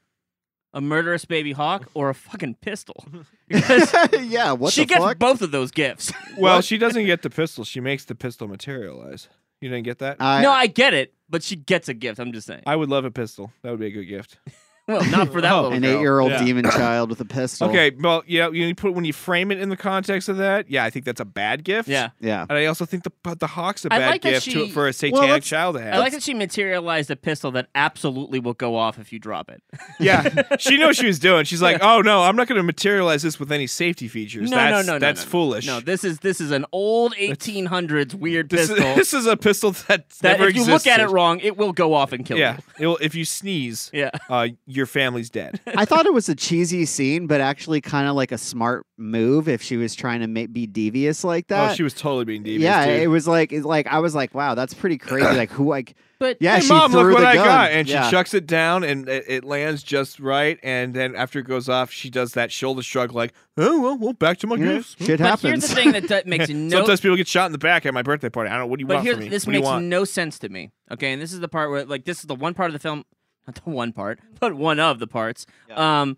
Speaker 8: a murderous baby hawk, or a fucking pistol? Because
Speaker 9: yeah, what
Speaker 8: she
Speaker 9: the
Speaker 8: gets
Speaker 9: fuck?
Speaker 8: both of those gifts.
Speaker 2: Well, she doesn't get the pistol. She makes the pistol materialize. You didn't get that.
Speaker 9: I,
Speaker 8: no, I get it, but she gets a gift. I'm just saying.
Speaker 2: I Oh, would love a pistol. That would be a good gift.
Speaker 8: Well, not for that little
Speaker 9: an
Speaker 8: girl.
Speaker 9: eight-year-old
Speaker 2: Yeah.
Speaker 9: demon child with a pistol.
Speaker 2: Okay, well, yeah, you put when you frame it in the context of that, yeah, I think that's a bad gift.
Speaker 8: Yeah.
Speaker 9: Yeah.
Speaker 2: and I also think the but the hawk's a
Speaker 8: I
Speaker 2: bad
Speaker 8: like that
Speaker 2: gift to,
Speaker 8: she-
Speaker 2: for a satanic
Speaker 9: Well, let's-
Speaker 2: child to have.
Speaker 8: I like that she materialized a pistol that absolutely will go off if you drop it.
Speaker 2: yeah, she knew what she was doing. She's like, oh no, I'm not going to materialize this with any safety features.
Speaker 8: No,
Speaker 2: that's,
Speaker 8: no, no, no,
Speaker 2: that's
Speaker 8: no, no.
Speaker 2: foolish.
Speaker 8: No, this is this is an old 1800s weird
Speaker 2: this
Speaker 8: pistol
Speaker 2: is this is a pistol that's
Speaker 8: that
Speaker 2: never
Speaker 8: if you look at it
Speaker 2: existed.
Speaker 8: wrong, it will go off and kill
Speaker 2: yeah, it'll, if you sneeze,
Speaker 8: you. Yeah.
Speaker 2: uh, your family's dead. Oh,
Speaker 9: I thought it was a cheesy scene, but actually kind of like a smart move if she was trying to ma- be devious like that.
Speaker 2: oh, she was totally being devious.
Speaker 9: yeah,
Speaker 2: dude.
Speaker 9: it was like it's like I was like, wow, that's pretty crazy. like who like
Speaker 8: But
Speaker 9: yeah,
Speaker 2: hey,
Speaker 9: she
Speaker 2: mom,
Speaker 9: threw
Speaker 2: look what
Speaker 9: the
Speaker 2: I
Speaker 9: gun.
Speaker 2: got. And
Speaker 9: Yeah.
Speaker 2: she chucks it down and it, it lands just right. And then after it goes off, she does that shoulder shrug, like, oh, well, well back to my
Speaker 9: You know,
Speaker 2: goose.
Speaker 9: Mm-hmm. shit
Speaker 8: but
Speaker 9: happens.
Speaker 8: here's the thing that d- makes no
Speaker 2: Sometimes people get shot in the back at my birthday party. I don't know. What do you
Speaker 8: But
Speaker 2: want
Speaker 8: here,
Speaker 2: from me?
Speaker 8: this
Speaker 2: what do you
Speaker 8: makes
Speaker 2: want?
Speaker 8: no sense to me. Okay, and this is the part where, like, this is the one part of the film, not the one part, but one of the parts. Um,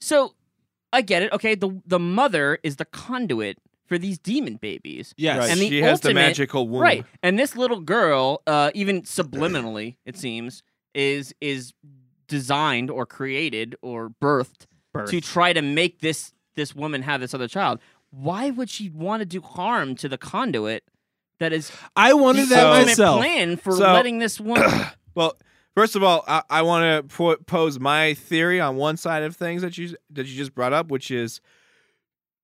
Speaker 8: so I get it. Okay, the the mother is the conduit for these demon babies,
Speaker 1: Yes.
Speaker 2: Right.
Speaker 8: and the
Speaker 2: she has the
Speaker 8: ultimate-
Speaker 2: magical womb.
Speaker 8: right? And this little girl, uh, even subliminally, it seems, is is designed or created or birthed to try to make this this woman have this other child. Why would she want to do harm to the conduit? That is
Speaker 1: I wanted
Speaker 8: the
Speaker 1: that
Speaker 8: ultimate
Speaker 1: myself.
Speaker 8: plan for
Speaker 2: So-
Speaker 8: letting this woman.
Speaker 2: Well, first of all, I, I want to po- pose my theory on one side of things that you that you just brought up, which is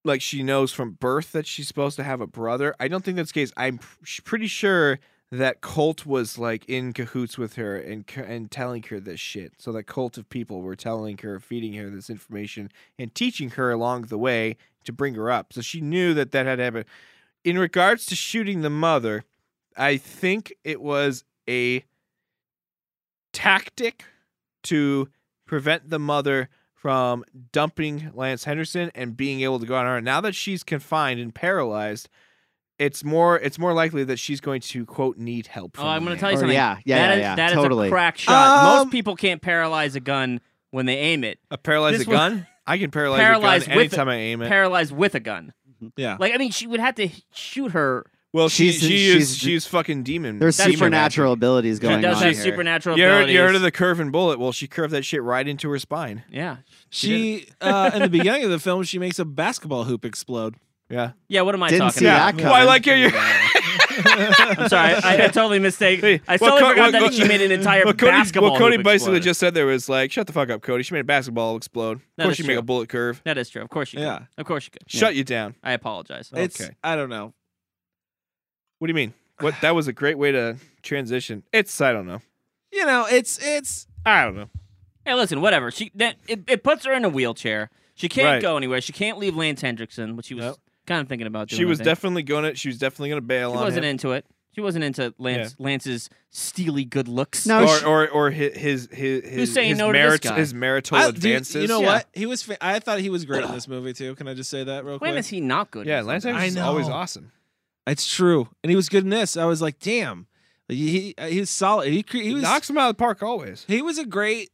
Speaker 2: like she knows from birth that she's supposed to have a brother. I don't think that's the case. I'm pr- sh- pretty sure that Colt was like in cahoots with her and c- and telling her this shit. So that cult of people were telling her, feeding her this information and teaching her along the way to bring her up. So she knew that that had happened. In regards to shooting the mother, I think it was a tactic to prevent the mother from dumping Lance Henderson and being able to go on her. own. Now that she's confined and paralyzed, it's more it's more likely that she's going to quote need help.
Speaker 8: Oh,
Speaker 2: from
Speaker 8: I'm going
Speaker 2: the man.
Speaker 8: to tell you
Speaker 9: Or
Speaker 8: something.
Speaker 9: yeah, yeah,
Speaker 8: That
Speaker 9: yeah,
Speaker 8: is-
Speaker 9: yeah,
Speaker 8: that is
Speaker 9: totally.
Speaker 8: a crack shot.
Speaker 1: Um,
Speaker 8: Most people can't paralyze a gun when they aim it.
Speaker 2: A paralyzed
Speaker 8: This was-
Speaker 2: gun? I can paralyze
Speaker 8: Paralyzed
Speaker 2: a gun
Speaker 8: with
Speaker 2: anytime I aim it.
Speaker 8: Paralyzed with a gun.
Speaker 1: Yeah.
Speaker 8: Like I mean, she would have to h- shoot her.
Speaker 2: well, she,
Speaker 9: She's-
Speaker 2: she
Speaker 9: she's-
Speaker 2: is she's fucking demon.
Speaker 9: There's
Speaker 8: That's
Speaker 2: demon
Speaker 9: supernatural
Speaker 2: magic.
Speaker 9: abilities
Speaker 8: She
Speaker 9: going
Speaker 8: does
Speaker 9: on
Speaker 8: have
Speaker 9: here.
Speaker 8: supernatural
Speaker 2: You heard,
Speaker 8: abilities.
Speaker 2: you heard of the curving bullet? Well, she curved that shit right into her spine.
Speaker 8: Yeah.
Speaker 1: She uh, in the beginning of the film, she makes a basketball hoop explode.
Speaker 2: Yeah.
Speaker 8: Yeah. What am I
Speaker 9: Didn't
Speaker 8: talking
Speaker 9: see
Speaker 8: about?
Speaker 9: that
Speaker 2: Well, I
Speaker 9: coming.
Speaker 2: like how you.
Speaker 8: I'm sorry. I, I totally mistake.
Speaker 2: Hey,
Speaker 8: I
Speaker 2: what
Speaker 8: totally
Speaker 2: Co-
Speaker 8: forgot
Speaker 2: what-
Speaker 8: that
Speaker 2: what-
Speaker 8: she made an entire
Speaker 2: Well, Cody,
Speaker 8: basketball.
Speaker 2: what Cody
Speaker 8: hoop
Speaker 2: basically
Speaker 8: explode.
Speaker 2: just said there was like, "Shut the fuck up, Cody." She made a basketball explode. Of
Speaker 8: That
Speaker 2: course,
Speaker 8: is
Speaker 2: she made
Speaker 8: true.
Speaker 2: a bullet curve.
Speaker 8: That is true. Of course you. Could.
Speaker 1: Yeah.
Speaker 8: Of course you could.
Speaker 2: Shut you down.
Speaker 8: I apologize.
Speaker 1: It's
Speaker 2: Okay.
Speaker 1: I don't know.
Speaker 2: What do you mean? What? That was a great way to transition. It's I don't know.
Speaker 1: You know, it's it's
Speaker 2: I don't know.
Speaker 8: Hey, listen, whatever. She that it, it puts her in a wheelchair. She can't
Speaker 2: Right.
Speaker 8: go anywhere. She can't leave Lance Hendrickson, which she was
Speaker 2: Nope.
Speaker 8: kind of thinking about doing.
Speaker 2: She
Speaker 8: I
Speaker 2: was
Speaker 8: think.
Speaker 2: definitely gonna. She was definitely gonna bail
Speaker 8: She
Speaker 2: on
Speaker 8: wasn't
Speaker 2: him,
Speaker 8: into it. She wasn't into Lance Lance's steely good looks.
Speaker 9: No,
Speaker 2: or,
Speaker 9: she-
Speaker 2: or or his his his his,
Speaker 8: saying
Speaker 2: his,
Speaker 8: no to this
Speaker 2: marit-
Speaker 8: guy?
Speaker 2: his marital
Speaker 1: I, do you-
Speaker 2: advances.
Speaker 1: you know
Speaker 8: Yeah.
Speaker 1: what? He was. Fa- I thought he was great in this movie too. Can I just say that real quick?
Speaker 8: when is he not good?
Speaker 2: Yeah,
Speaker 8: in
Speaker 2: Lance
Speaker 8: something?
Speaker 2: Henderson's
Speaker 1: I
Speaker 2: always
Speaker 1: know.
Speaker 2: awesome.
Speaker 1: It's true, and he was good in this. I was like, damn, he he, he was solid. He cre- he
Speaker 2: He
Speaker 1: was
Speaker 2: knocks him out of the park always.
Speaker 1: he was a great.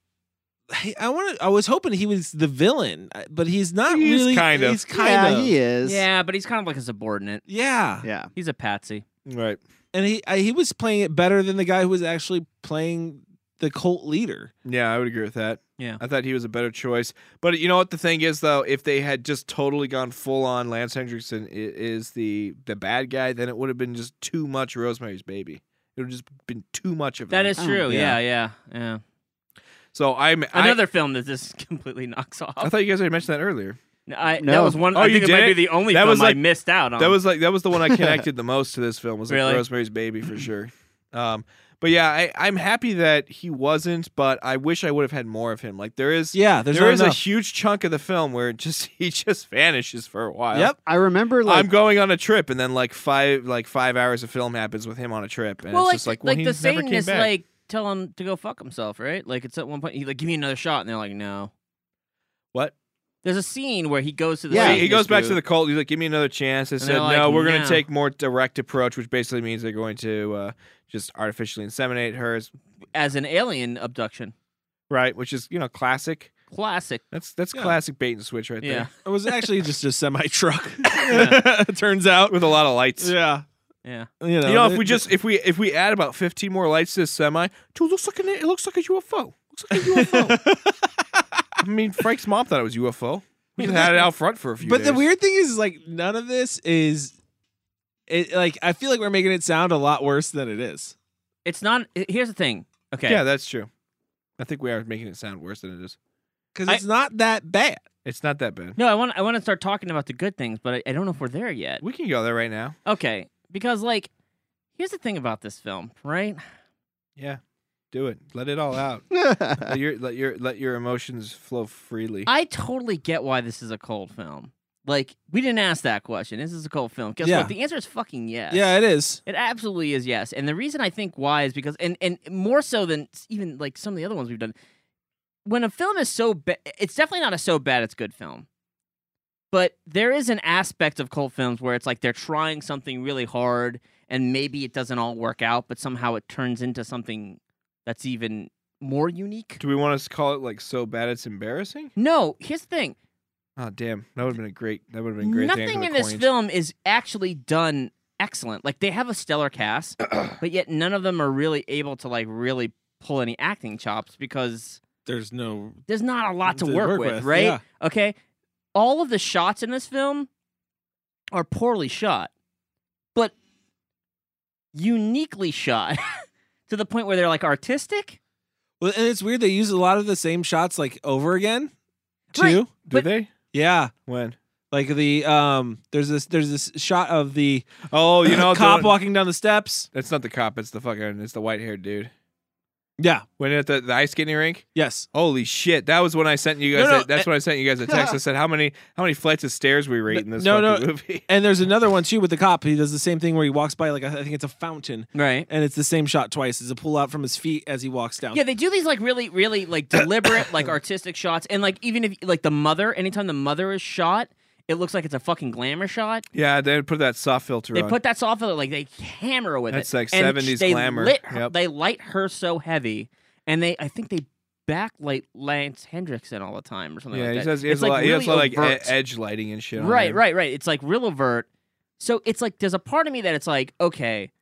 Speaker 1: I- I want I was hoping he was the villain, uh, but he's not
Speaker 2: He's
Speaker 1: really.
Speaker 2: kind of.
Speaker 1: He's kind
Speaker 9: yeah,
Speaker 1: of.
Speaker 9: he is.
Speaker 8: Yeah, but he's kind of like a subordinate.
Speaker 1: Yeah.
Speaker 9: Yeah.
Speaker 8: He's a patsy.
Speaker 2: Right.
Speaker 1: and he I, he was playing it better than the guy who was actually playing the cult leader.
Speaker 2: Yeah, I would agree with that.
Speaker 8: Yeah.
Speaker 2: I thought he was a better choice. But you know what the thing is though, if they had just totally gone full on Lance Hendrickson i- is the the bad guy, then it would have been just too much Rosemary's Baby. It would just been too much of
Speaker 8: That
Speaker 2: it.
Speaker 8: is
Speaker 9: Oh,
Speaker 8: true.
Speaker 9: yeah.
Speaker 8: yeah, yeah, yeah.
Speaker 2: so. I'm
Speaker 8: Another film that this completely knocks off.
Speaker 2: I, I thought you guys had mentioned that earlier.
Speaker 8: I, that
Speaker 9: No.
Speaker 8: was one.
Speaker 2: Oh,
Speaker 8: I
Speaker 2: you
Speaker 8: think it might be
Speaker 2: didn't?
Speaker 8: the only
Speaker 2: That
Speaker 8: film
Speaker 2: was like-
Speaker 8: I missed out on.
Speaker 2: That was like that was the one I connected the most to this film was like
Speaker 8: Um, Really?
Speaker 2: Rosemary's Baby for sure. Um, but yeah, I, I'm happy that he wasn't, but I wish I would have had more of him. Like there is,
Speaker 1: Yeah, there's
Speaker 2: there
Speaker 1: not
Speaker 2: is a
Speaker 1: enough.
Speaker 2: huge chunk of the film where it just he just vanishes for a while.
Speaker 1: Yep.
Speaker 9: I remember like
Speaker 2: I'm going on a trip, and then like five like five hours of film happens with him on a trip, and
Speaker 8: well,
Speaker 2: it's
Speaker 8: like,
Speaker 2: just like well,
Speaker 8: like
Speaker 2: he
Speaker 8: the
Speaker 2: just never came
Speaker 8: Satanists
Speaker 2: back.
Speaker 8: like tell him to go fuck himself, right? Like it's at one point he like give me another shot, and they're like no.
Speaker 2: what?
Speaker 8: There's a scene where he goes to the
Speaker 9: Yeah,
Speaker 2: Yeah,
Speaker 9: Right.
Speaker 2: he goes
Speaker 8: Satanist
Speaker 2: back to
Speaker 8: group.
Speaker 2: the cult. He's like, "Give me another chance." They
Speaker 8: And
Speaker 2: said,
Speaker 8: they're like,
Speaker 2: "No, we're going
Speaker 8: "No."
Speaker 2: to take more direct approach," which basically means they're going to uh, just artificially inseminate her, It's-
Speaker 8: as an alien abduction.
Speaker 2: right? Which is you know classic.
Speaker 8: Classic.
Speaker 2: That's that's
Speaker 1: Yeah.
Speaker 2: classic bait and switch right
Speaker 8: Yeah.
Speaker 1: It was actually just a semi truck. It Turns out.
Speaker 2: there, with a lot of lights.
Speaker 1: Yeah.
Speaker 8: Yeah.
Speaker 1: You know,
Speaker 2: You know, if
Speaker 1: they-
Speaker 2: we just if we if we add about fifteen more lights to this semi, dude, it looks like an, it looks like a UFO. Looks like a UFO. I mean, Frank's mom thought it was UFO. We just had it out front for a few.
Speaker 1: But the
Speaker 2: days.
Speaker 1: weird thing is, like, none of this is. It, like I feel like we're making it sound a lot worse than it is.
Speaker 8: It's not. h- Here's the thing. Okay.
Speaker 2: Yeah, that's true. I think we are making it sound worse than it is.
Speaker 1: Because
Speaker 8: I-
Speaker 1: it's not that bad.
Speaker 2: It's not that bad.
Speaker 8: No, I want. I want to start talking about the good things, but I, I don't know if we're there yet.
Speaker 2: We can go there right now.
Speaker 8: Okay. Because like, here's the thing about this film, right?
Speaker 2: Yeah, do it. Let it all out. let your let your let your emotions flow freely.
Speaker 8: I totally get why this is a cult film. Like, we didn't ask that question. Is this a cult film? Guess
Speaker 1: Yeah.
Speaker 8: what? The answer is fucking yes.
Speaker 1: Yeah, it is.
Speaker 8: It absolutely is yes. And the reason I think why is because and and more so than s- even like some of the other ones we've done. When a film is so bad, it's definitely not a so bad it's good film. But there is an aspect of cult films where it's like they're trying something really hard and maybe it doesn't all work out, but somehow it turns into something that's even more unique.
Speaker 2: do we want to call it like so bad it's embarrassing?
Speaker 8: No, here's the thing.
Speaker 2: Oh damn, that would have been a great that would have been a great. thing
Speaker 8: Nothing
Speaker 2: for
Speaker 8: in
Speaker 2: the
Speaker 8: this
Speaker 2: coins.
Speaker 8: film is actually done excellent. Like they have a stellar cast, but yet none of them are really able to like really pull any acting chops because
Speaker 1: There's no.
Speaker 8: there's not a lot to
Speaker 1: To
Speaker 8: work,
Speaker 1: work
Speaker 8: with,
Speaker 1: with,
Speaker 8: right?
Speaker 1: yeah.
Speaker 8: Okay. All of the shots in this film are poorly shot, but uniquely shot to the point where they're like artistic.
Speaker 1: Well, and it's weird. They use a lot of the same shots like over again. Too.
Speaker 8: Right.
Speaker 2: Do
Speaker 8: but-
Speaker 2: they?
Speaker 1: Yeah.
Speaker 2: When?
Speaker 1: Like the um. There's this. There's this shot of the
Speaker 2: Oh, you know,
Speaker 1: cop
Speaker 2: the,
Speaker 1: walking down the steps.
Speaker 2: That's not the cop. It's the fucking. It's the white haired dude.
Speaker 1: Yeah.
Speaker 2: When at the, the ice skating rink.
Speaker 1: Yes.
Speaker 2: Holy shit! That was when I sent you
Speaker 1: No,
Speaker 2: guys.
Speaker 1: no,
Speaker 2: a, that's when I sent you guys a text. I said, "How many how many flights of stairs we rate in this
Speaker 1: No, no,
Speaker 2: fucking movie?"
Speaker 1: And there's another one too with the cop. He does the same thing where he walks by like I think it's a fountain,
Speaker 8: Right.
Speaker 1: and it's the same shot twice. It's a pull out from his feet as he walks down.
Speaker 8: Yeah, they do these like really, really like deliberate, like artistic shots, and like even if like the mother, anytime the mother is shot, it looks like it's a fucking glamour shot.
Speaker 2: Yeah, they put that soft filter
Speaker 8: They
Speaker 2: on.
Speaker 8: put that soft like they hammer her with
Speaker 2: That's
Speaker 8: it.
Speaker 2: like
Speaker 8: And
Speaker 2: 70s
Speaker 8: they
Speaker 2: glamour.
Speaker 8: lit her-
Speaker 2: Yep.
Speaker 8: They light her so heavy, and they I think they backlight Lance Hendrickson all the time or something
Speaker 2: yeah,
Speaker 8: like
Speaker 2: he
Speaker 8: that.
Speaker 2: says he
Speaker 8: it's
Speaker 2: has a
Speaker 8: like
Speaker 2: lot. he
Speaker 8: really
Speaker 2: has a lot like
Speaker 8: overt.
Speaker 2: e- edge lighting and shit. on
Speaker 8: right,
Speaker 2: there.
Speaker 8: right, right. It's like real overt. So it's like there's a part of me that it's like okay,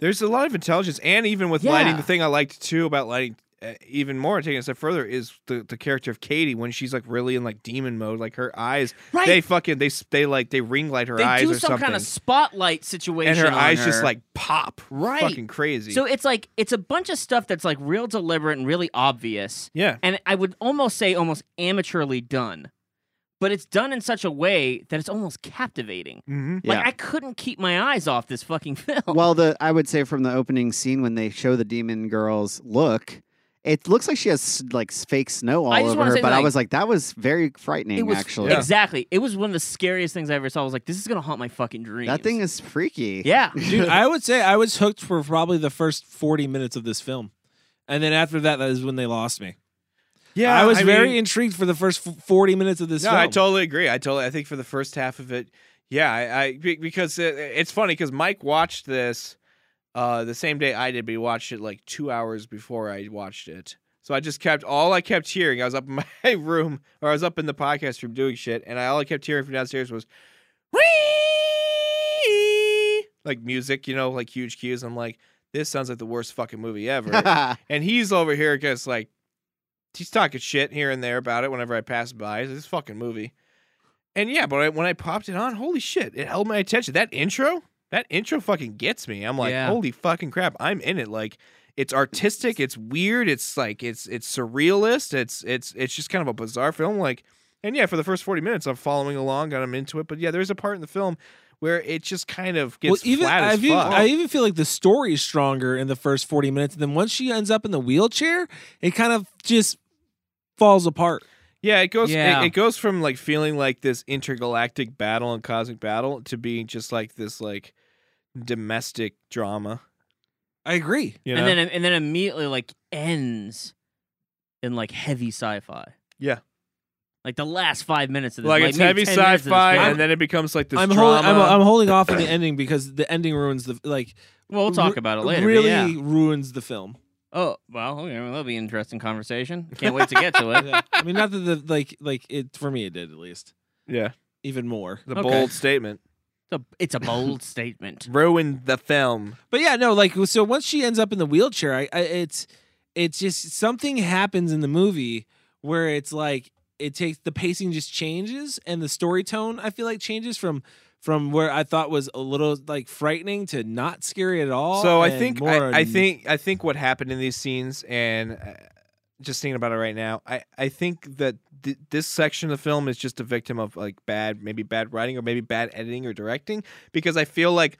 Speaker 2: There's a lot of intelligence, and even with lighting,
Speaker 8: Yeah.
Speaker 2: the thing I liked too about lighting uh, even more, taking it a step further, is the, the character of Katie when she's like really in like demon mode, like her eyes.
Speaker 8: Right.
Speaker 2: They fucking they s- they like they ring light her
Speaker 8: they
Speaker 2: eyes
Speaker 8: do
Speaker 2: or
Speaker 8: some
Speaker 2: something,
Speaker 8: kind of spotlight situation,
Speaker 2: and her
Speaker 8: on
Speaker 2: eyes just
Speaker 8: her.
Speaker 2: like pop,
Speaker 8: Right.
Speaker 2: Fucking crazy.
Speaker 8: So it's like it's a bunch of stuff that's like real deliberate and really obvious.
Speaker 2: yeah,
Speaker 8: And I would almost say almost amateurly done. But it's done in such a way that it's almost captivating.
Speaker 1: Mm-hmm.
Speaker 2: hmm
Speaker 9: yeah.
Speaker 8: Like I couldn't keep my eyes off this fucking film.
Speaker 9: well, the I would say from the opening scene when they show the demon girl's look, it looks like she has like s- fake snow all
Speaker 8: I just
Speaker 9: over
Speaker 8: wanna
Speaker 9: her.
Speaker 8: say
Speaker 9: But I
Speaker 8: that,
Speaker 9: was like, that was very frightening.
Speaker 8: it was
Speaker 9: actually,
Speaker 2: Yeah.
Speaker 8: exactly. It was one of the scariest things I ever saw. I was like, this is gonna haunt my fucking dreams.
Speaker 9: that thing is freaky.
Speaker 8: Yeah.
Speaker 1: Dude, I would say I was hooked for probably the first 40 minutes of this film. And then after that, that is when they lost me.
Speaker 2: yeah.
Speaker 1: I was very
Speaker 2: mean,
Speaker 1: intrigued for the first f- 40 minutes of this
Speaker 2: No,
Speaker 1: film.
Speaker 2: I totally agree. I totally. I think for the first half of it, yeah, I, I be- because it, it's funny because Mike watched this uh, the same day I did, but he watched it like two hours before I watched it. So I just kept all I kept hearing. I was up in my room, or I was up in the podcast room doing shit, and I, all I kept hearing from downstairs was "Whee!" like music, you know, like huge cues. I'm like, this sounds like the worst fucking movie ever. And he's over here because like he's talking shit here and there about it whenever I pass by. It's this fucking movie. And yeah, but I, when I popped it on, holy shit, it held my attention. That intro, that intro fucking gets me. I'm like,
Speaker 8: Yeah.
Speaker 2: holy fucking crap, I'm in it. Like, it's artistic, it's weird, it's like it's it's surrealist, it's it's it's just kind of a bizarre film. Like, and yeah, for the first 40 minutes, I'm following along and I'm into it. But yeah, there's a part in the film where it just kind of gets
Speaker 1: even
Speaker 2: flat
Speaker 1: I
Speaker 2: as
Speaker 1: even,
Speaker 2: fuck.
Speaker 1: I even feel like the story is stronger in the first forty minutes, and then once she ends up in the wheelchair, it kind of just falls apart.
Speaker 2: Yeah, it goes.
Speaker 8: Yeah.
Speaker 2: It, it goes from like feeling like this intergalactic battle and cosmic battle to being just like this like domestic drama.
Speaker 1: I agree.
Speaker 2: You know?
Speaker 8: and then and then immediately like ends in like heavy sci-fi.
Speaker 2: Yeah.
Speaker 8: Like the last five minutes of this,
Speaker 2: like, it's
Speaker 8: maybe
Speaker 2: heavy
Speaker 8: 10 minutes of this
Speaker 2: sci-fi,
Speaker 8: film.
Speaker 2: and then it becomes like this
Speaker 1: I'm,
Speaker 2: drama.
Speaker 1: holding, I'm I'm holding off on the ending because the ending ruins the like.
Speaker 8: well, we'll talk
Speaker 1: ru-
Speaker 8: about it later. but
Speaker 1: Really
Speaker 8: yeah.
Speaker 1: ruins the film.
Speaker 8: Oh well, okay, well, that'll be an interesting conversation. Can't wait to get to it.
Speaker 1: Yeah. I mean, not that the like like it for me it did at least
Speaker 2: yeah,
Speaker 1: even more.
Speaker 2: the
Speaker 8: Okay.
Speaker 2: bold statement
Speaker 8: It's a, it's a bold statement.
Speaker 2: ruined the film.
Speaker 1: But yeah, no, like so once she ends up in the wheelchair, I, I it's it's just something happens in the movie where it's like it takes the pacing just changes and the story tone I feel like changes from from where I thought was a little like frightening to not scary at all.
Speaker 2: So I
Speaker 1: and
Speaker 2: think
Speaker 1: more
Speaker 2: I, I
Speaker 1: n-
Speaker 2: think I think what happened in these scenes, and uh, just thinking about it right now, I I think that th- this section of the film is just a victim of like bad, maybe bad writing or maybe bad editing or directing, because I feel like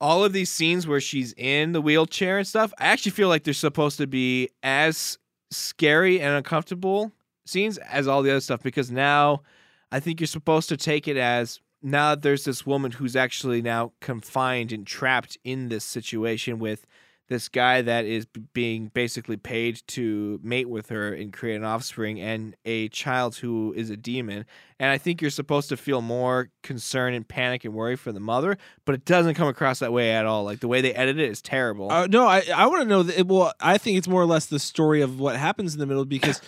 Speaker 2: all of these scenes where she's in the wheelchair and stuff, I actually feel like they're supposed to be as scary and uncomfortable scenes as all the other stuff because now I think you're supposed to take it as now there's this woman who's actually now confined and trapped in this situation with this guy that is b- being basically paid to mate with her and create an offspring and a child who is a demon. And I think you're supposed to feel more concern and panic and worry for the mother, but it doesn't come across that way at all. Like the way they edit it is terrible.
Speaker 1: Uh, no, I I want to know that. Well, I think it's more or less the story of what happens in the middle because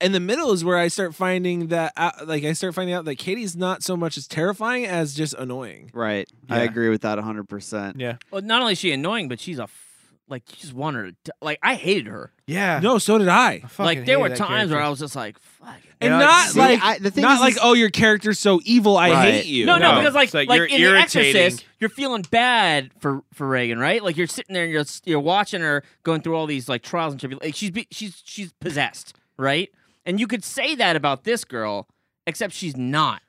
Speaker 1: in the middle is where I start finding that uh, like I start finding out that Katie's not so much as terrifying as just annoying.
Speaker 9: Right. I
Speaker 2: Yeah.
Speaker 9: agree with that 100%.
Speaker 2: yeah.
Speaker 8: Well, not only is she annoying, but she's a f- like you just want her. To, d- like I hated her.
Speaker 2: Yeah.
Speaker 1: No, so did I.
Speaker 2: I fucking
Speaker 8: Like there
Speaker 2: hated
Speaker 8: were
Speaker 2: that
Speaker 8: times
Speaker 2: character.
Speaker 8: where I was just like, "Fuck."
Speaker 1: and
Speaker 2: Yeah,
Speaker 1: not
Speaker 9: see,
Speaker 1: like
Speaker 9: I- the thing
Speaker 1: not
Speaker 9: is-
Speaker 1: like oh your character's so evil I
Speaker 9: Right.
Speaker 1: hate you.
Speaker 8: No, no,
Speaker 2: No,
Speaker 8: because like
Speaker 2: it's like
Speaker 8: like,
Speaker 2: you're
Speaker 8: in
Speaker 2: irritating.
Speaker 8: The Exorcist, you're feeling bad for for Reagan, right? Like you're sitting there and you're you're watching her going through all these like trials and tribulations. Like, she's be, she's she's possessed, right? And you could say that about this girl, except she's not.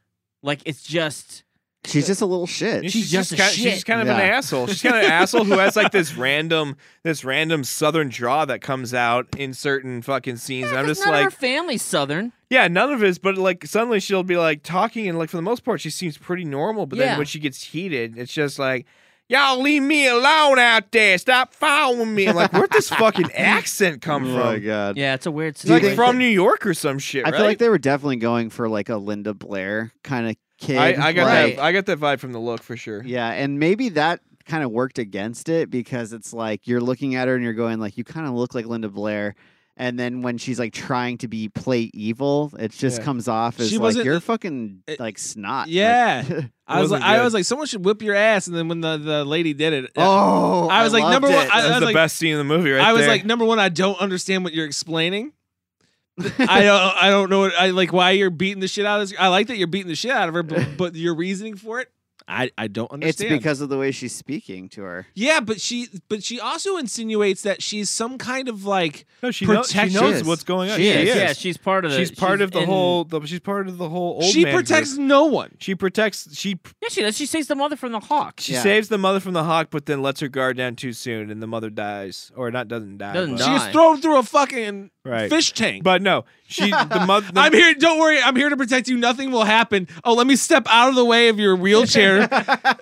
Speaker 8: Like it's just
Speaker 9: She's just a little shit.
Speaker 2: She's,
Speaker 8: just a
Speaker 2: kind,
Speaker 8: shit.
Speaker 2: she's just kind of an
Speaker 9: Yeah.
Speaker 2: asshole. She's kind of an asshole who has like this random this random southern draw that comes out in certain fucking scenes. and I'm
Speaker 8: 'cause
Speaker 2: just
Speaker 8: none of
Speaker 2: like,
Speaker 8: her family's southern.
Speaker 2: yeah, none of it is, but like suddenly she'll be like talking and like for the most part she seems pretty normal, but
Speaker 8: Yeah.
Speaker 2: then when she gets heated, it's just like Y'all leave me alone out there. Stop following me. I'm like, where'd this fucking accent come
Speaker 9: oh
Speaker 2: from?
Speaker 9: my god.
Speaker 8: Yeah, it's a weird
Speaker 9: Do you
Speaker 2: Like
Speaker 8: situation.
Speaker 9: think
Speaker 2: from New York or some shit,
Speaker 9: I
Speaker 2: right?
Speaker 9: feel like they were definitely going for like a Linda Blair kind of kid.
Speaker 2: I, I got
Speaker 9: like-
Speaker 2: that. I got that vibe from the look for sure.
Speaker 9: Yeah, and maybe that kind of worked against it because it's like you're looking at her and you're going like you kind of look like Linda Blair. And then when she's like trying to be play evil, it just
Speaker 2: Yeah.
Speaker 9: comes off as
Speaker 1: She
Speaker 9: like
Speaker 1: wasn't-
Speaker 9: you're fucking
Speaker 1: it-
Speaker 9: like snot. Like,
Speaker 1: Yeah. I was like
Speaker 2: wasn't
Speaker 1: I
Speaker 2: good.
Speaker 1: was like someone should whip your ass, and then when the, the lady did it,
Speaker 9: oh,
Speaker 1: I was like,
Speaker 9: loved
Speaker 1: number one,
Speaker 9: it.
Speaker 1: I-
Speaker 2: That's the
Speaker 1: like-
Speaker 2: best scene in the movie, right
Speaker 1: I was
Speaker 2: there.
Speaker 1: like number one I don't understand what you're explaining. I don't I don't know what I like why you're beating the shit out of this. I like that you're beating the shit out of her, but, but your reasoning for it, I I don't
Speaker 9: it's
Speaker 1: understand.
Speaker 9: because of the way she's speaking to her.
Speaker 1: yeah, but she but she also insinuates that she's some kind of like
Speaker 2: no, she, know- she
Speaker 1: Protection.
Speaker 2: knows
Speaker 9: She is.
Speaker 2: what's going on.
Speaker 9: She is.
Speaker 8: yeah, she's part of the.
Speaker 2: she's part of the
Speaker 8: in-
Speaker 2: whole. The, she's part of the whole. Old
Speaker 1: she
Speaker 2: man
Speaker 1: protects
Speaker 2: group.
Speaker 1: no one.
Speaker 2: She protects. She
Speaker 8: Yeah, she does. She saves the mother from the hawk.
Speaker 2: she
Speaker 9: Yeah.
Speaker 2: saves the mother from the hawk, but then lets her guard down too soon, and the mother dies, or not doesn't die.
Speaker 8: Doesn't
Speaker 2: but,
Speaker 8: die.
Speaker 1: She's thrown through a fucking
Speaker 2: Right.
Speaker 1: fish tank.
Speaker 2: But no, she the mother.
Speaker 1: I'm here. Don't worry. I'm here to protect you. Nothing will happen. Oh, let me step out of the way of your wheelchair